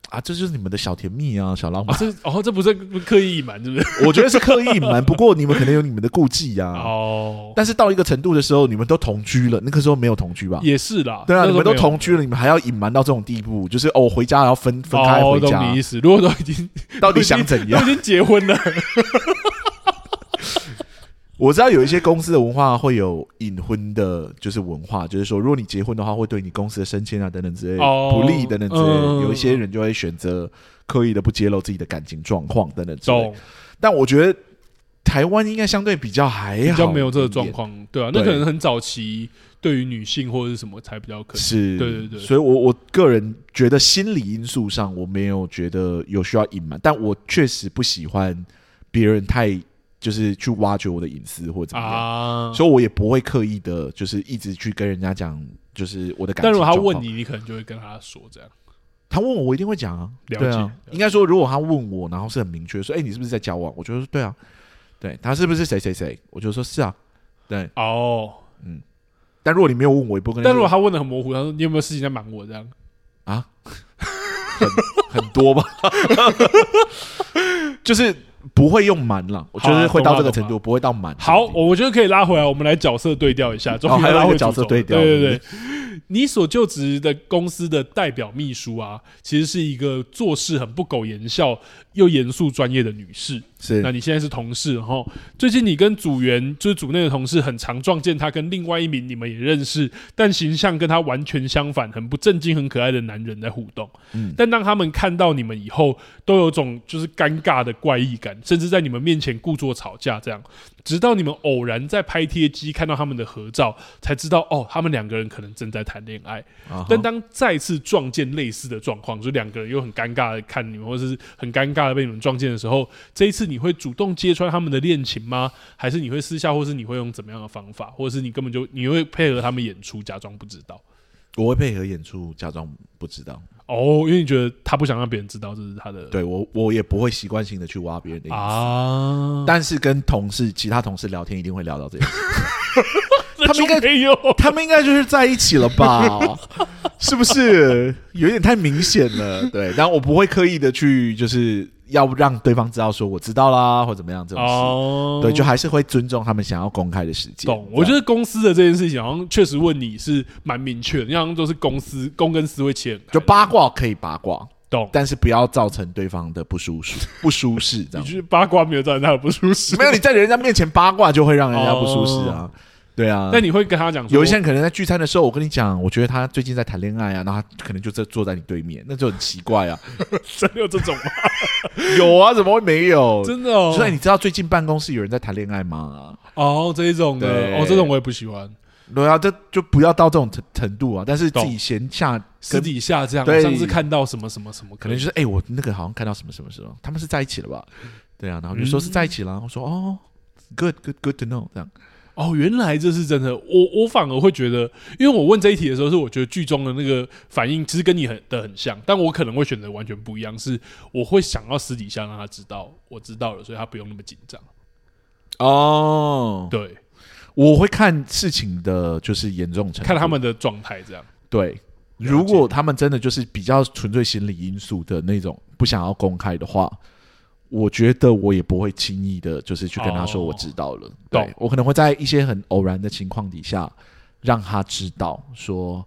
Speaker 1: 啊，这就是你们的小甜蜜啊，小浪
Speaker 2: 啊，
Speaker 1: 漫。
Speaker 2: 这哦这不是刻意隐瞒，是不 是？
Speaker 1: 我觉得是刻意隐瞒，不过你们可能有你们的顾忌啊。
Speaker 2: 哦，
Speaker 1: 但是到一个程度的时候，你们都同居了，那个时候没有同居吧？
Speaker 2: 也是啦。
Speaker 1: 对啊，
Speaker 2: 那
Speaker 1: 你
Speaker 2: 时候
Speaker 1: 们都
Speaker 2: 没有
Speaker 1: 同居了，你们还要隐瞒到这种地步，就是哦，回家还要分分开
Speaker 2: 哦
Speaker 1: 回
Speaker 2: 懂
Speaker 1: 家，
Speaker 2: 你意思。如果都已 经
Speaker 1: 到底想怎
Speaker 2: 都
Speaker 1: 样
Speaker 2: 已？经结婚了，
Speaker 1: 我知道有一些公司的文化会有隐婚的，就是文化，就是说，如果你结婚的话，会对你公司的升迁啊等等之类
Speaker 2: 哦
Speaker 1: 不利等等之类的。
Speaker 2: 嗯
Speaker 1: 有一些人就会选择刻意的不揭露自己的感情状况等等之类的
Speaker 2: 懂。。
Speaker 1: 但我觉得台湾应该相对比较还好，
Speaker 2: 比较没有这个状，况，对啊，那
Speaker 1: 对
Speaker 2: 可能很早期对于女性或者是什么才比较可能。
Speaker 1: 是，
Speaker 2: 对对对
Speaker 1: 所以我我个人觉得心理因素上，我没有觉得有需要隐瞒，但我确实不喜欢别人太就是去挖掘我的隐私或怎么样。
Speaker 2: 啊。
Speaker 1: 所以我也不会刻意的，就是一直去跟人家讲，就是我的感情。
Speaker 2: 但如果他问，你，你可能就会跟他说这样。
Speaker 1: 他问我，我一定会讲啊。
Speaker 2: 了解
Speaker 1: 对
Speaker 2: 了
Speaker 1: 啊，
Speaker 2: 解
Speaker 1: 应该说，如果他问我，然后是很明确说，哎、你是不是在交往？我就说对啊，对，他是不是谁谁谁？我就说是啊，对。
Speaker 2: 哦，
Speaker 1: 但如果你没有问我，也不会跟他
Speaker 2: 但如
Speaker 1: 说。
Speaker 2: 果他问的很模糊，他说你有没有事情在瞒我这样？
Speaker 1: 啊，很很多吧， 就是不会用瞒了，我觉
Speaker 2: 好啊
Speaker 1: 得会到这个
Speaker 2: 懂了
Speaker 1: 程度，不会到瞒。
Speaker 2: 好，我觉得可以拉回来，我们来角色对调一下，终
Speaker 1: 哦
Speaker 2: 于
Speaker 1: 还有
Speaker 2: 拉
Speaker 1: 一个
Speaker 2: 回
Speaker 1: 角
Speaker 2: 主
Speaker 1: 色
Speaker 2: 轴
Speaker 1: 对调
Speaker 2: 对对对，你所就职的公司的代表秘书啊，其实是一个做事很不苟言笑又严肃专业的女士。那
Speaker 1: 是
Speaker 2: 你现在是同事，然后最近你跟组员，就是组内的同事，很常撞见他跟另外一名你们也认识，但形象跟他完全相反、很不正经、很可爱的男人在互动。
Speaker 1: 嗯
Speaker 2: 但当他们看到你们以后，都有种就是尴尬的怪异感，甚至在你们面前故作吵架这样。直到你们偶然在拍贴机看到他们的合照，才知道哦，他们两个人可能正在谈恋爱。
Speaker 1: 啊哈
Speaker 2: 但当再次撞见类似的状况，就两个人又很尴尬的看你们，或者是很尴尬的被你们撞见的时候，这一次你会主动揭穿他们的恋情吗？还是你会私下，或是你会用怎么样的方法，或者是你根本就你会配合他们演出，假装不知道？
Speaker 1: 我会配合演出，假装不知道。
Speaker 2: 哦，因为你觉得他不想让别人知道这是他的
Speaker 1: 对我，我也不会习惯性的去挖别人的隐私。
Speaker 2: 呃啊，
Speaker 1: 但是跟同事、其他同事聊天一定会聊到这个，
Speaker 2: 他
Speaker 1: 他们应该
Speaker 2: 没有。
Speaker 1: 他们应该就是在一起了 吧？是不是有点太明显了？对，但我不会刻意的去，就是要让对方知道说我知道啦，或怎么样这种事。
Speaker 2: 哦
Speaker 1: 对，就还是会尊重他们想要公开的时间。
Speaker 2: 懂。我觉
Speaker 1: 得
Speaker 2: 得公司的这件事情好像确实问你是蛮明确的，你好像都是公司公跟私会切很开
Speaker 1: 就八卦可以八卦，
Speaker 2: 懂。
Speaker 1: 但是不要造成对方的不舒适、不舒适这样。
Speaker 2: 你 就是八卦没有造成他的不舒适，
Speaker 1: 没有你在人家面前八卦，就会让人家不舒适啊。对啊，
Speaker 2: 哦但你会跟他讲说，
Speaker 1: 有一些人可能在聚餐的时候，我跟你讲，我觉得他最近在谈恋爱啊，然后他可能就在坐在你对面，那就很奇怪啊。
Speaker 2: 真的有这种吗？
Speaker 1: 有啊，怎么会没有？
Speaker 2: 真的哦，
Speaker 1: 所以你知道最近办公室有人在谈恋爱吗？
Speaker 2: 哦这一种的
Speaker 1: 对
Speaker 2: 哦，这种我也不喜欢，
Speaker 1: 对啊，这就不要到这种程程度啊。但是自
Speaker 2: 懂
Speaker 1: 己闲下
Speaker 2: 私
Speaker 1: 跟，
Speaker 2: 底下这样，
Speaker 1: 对
Speaker 2: 我上次看到什么什么什么，
Speaker 1: 可能就是哎、我那个好像看到什么什么什么，他们是在一起了吧？对啊，然后就说是在一起
Speaker 2: 嗯
Speaker 1: 了，我说哦，good good good to know 这样。
Speaker 2: 哦，原来这是真的。我我反而会觉得，因为我问这一题的时候，是我觉得剧中的那个反应其实跟你很的很像，但我可能会选择完全不一样，是我会想要私底下让他知道我知道了，所以他不用那么紧张。
Speaker 1: 哦，
Speaker 2: 对，
Speaker 1: 我会看事情的就是严重程度，
Speaker 2: 看他们的状态这样。
Speaker 1: 对，
Speaker 2: 了解
Speaker 1: 如果他们真的就是比较纯粹心理因素的那种，不想要公开的话，我觉得我也不会轻易的，就是去跟他说
Speaker 2: 哦
Speaker 1: 我知道了。
Speaker 2: 懂
Speaker 1: 对我可能会在一些很偶然的情况底下，让他知道说，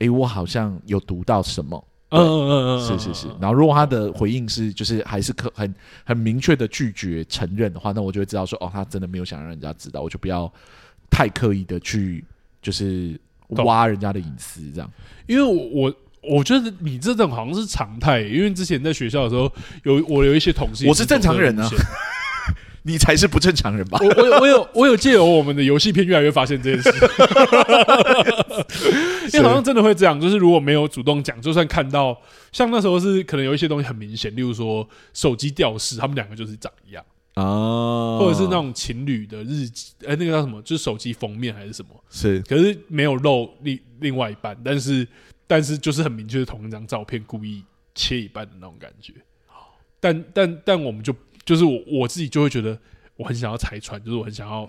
Speaker 1: 诶，我好像有读到什么。
Speaker 2: 嗯嗯嗯嗯，
Speaker 1: 是是是，然后如果他的回应是就是还是可很很明确的拒绝承认的话，那我就会知道说哦，他真的没有想让人家知道，我就不要太刻意的去就是
Speaker 2: 懂
Speaker 1: 挖人家的隐私这样。
Speaker 2: 因为我我。我觉得你这种好像是常态，因为之前在学校的时候，有我有一些同事，
Speaker 1: 我是正常人啊你才是不正常人吧？
Speaker 2: 我我有我有我有借由我们的游戏片越来越发现 这件事，因为好像真的会这样，就是如果没有主动讲，就算看到像那时候是可能有一些东西很明显，例如说手机吊饰，他们两个就是长一样，
Speaker 1: 哦
Speaker 2: 或者是那种情侣的日记，哎、那个叫什么，就是手机封面还是什么，
Speaker 1: 是
Speaker 2: 可是没有露另另外一半，但是但是就是很明确的同一张照片故意切一半的那种感觉。但但但我们就就是我我自己就会觉得我很想要拆穿，就是我很想要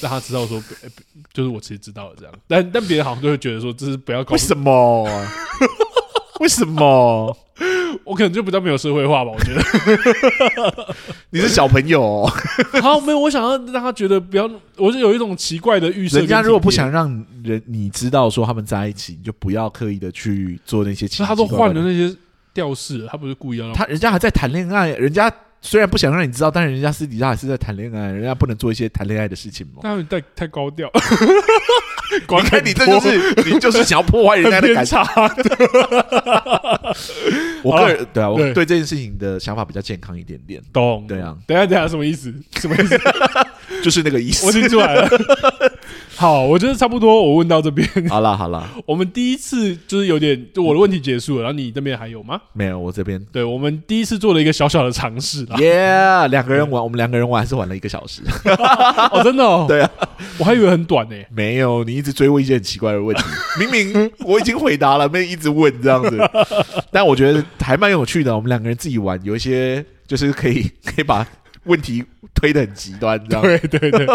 Speaker 2: 让他知道说， 呃不就是我其实知道了这样。但但别人好像就会觉得说，这是不要搞
Speaker 1: 为。什么？ 为什么？
Speaker 2: 我可能就比较没有社会化吧，我觉得。
Speaker 1: 你是小朋友哦、
Speaker 2: 好，没有，我想要让他觉得不要，我是有一种奇怪的预设。
Speaker 1: 人家如果不，想让人你知道说他们在一起，你就不要刻意的去做那些奇
Speaker 2: 所
Speaker 1: 奇怪
Speaker 2: 以他
Speaker 1: 怪的。
Speaker 2: 都换了那些调式了，他不是故意要让
Speaker 1: 他人家还在谈恋爱，人家虽然不想让你知道，但是人家私底下还是在谈恋爱，人家不能做一些谈恋爱的事情 吗？
Speaker 2: 他们太太高调。 管
Speaker 1: 你看你这
Speaker 2: 很
Speaker 1: 就
Speaker 2: 多
Speaker 1: 是你就是想要破坏人家的感情。
Speaker 2: 差。
Speaker 1: 我个人对啊，我
Speaker 2: 对
Speaker 1: 对这件事情的想法比较健康一点点，
Speaker 2: 懂？
Speaker 1: 对啊
Speaker 2: 等一下等一下，什么意思？什么意思？
Speaker 1: 就是那个意思
Speaker 2: 我。听出来了。好，我觉得差不多。我问到这边，
Speaker 1: 好啦好啦，
Speaker 2: 我们第一次就是有点，就我的问题结束了，然后你那边还有吗？
Speaker 1: 没有我这边
Speaker 2: 对，我们第一次做了一个小小的尝试 啦。
Speaker 1: 耶，两个人玩，我们两个人玩还是玩了一个小时。
Speaker 2: 哦，真的哦。
Speaker 1: 对啊，
Speaker 2: 我还以为很短呢。
Speaker 1: 没有，你一直追问一些很奇怪的问题， 明明我已经回答了，没一直问这样子。但我觉得还蛮有趣的，我们两个人自己玩，有一些就是可以可以把问题推得很极端，这样
Speaker 2: 对对 对，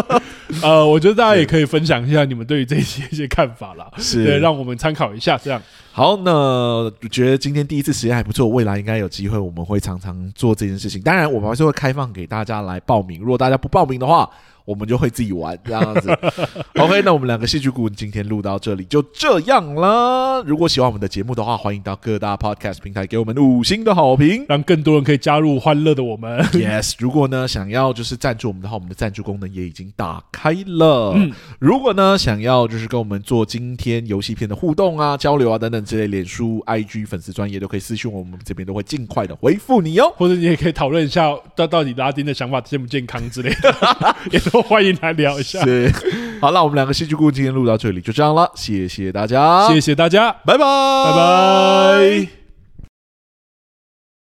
Speaker 2: 呃，我觉得大家也可以分享一下你们对于这一些一些看法啦，对，
Speaker 1: 是。
Speaker 2: 让我们参考一下。这样。
Speaker 1: 好，那我觉得今天第一次实验还不错，未来应该有机会我们会常常做这件事情。当然，我们还是会开放给大家来报名，如果大家不报名的话。我们就会自己玩这样子。OK，那我们两个戏剧顾问今天录到这里就这样啦。如果喜欢我们的节目的话，欢迎到各大 Podcast 平台给我们五星的好评
Speaker 2: 让更多人可以加入欢乐的我们。
Speaker 1: Yes，如果呢想要就是赞助我们的话，我们的赞助功能也已经打开嗯了。如果呢想要就是跟我们做今天游戏片的互动啊、交流啊等等之类，脸书、IG 粉丝专业都可以私信我们，我们这边都会尽快的回复你哦。
Speaker 2: 或者你也可以讨论一下，到到底拉丁的想法健不健康之类的， 也都欢迎来聊一 下。
Speaker 1: 是， 好，那我们两个戏剧顾问今天录到这里，就这样了，谢谢大家，
Speaker 2: 谢谢大家，
Speaker 1: 拜拜，拜
Speaker 2: 拜拜。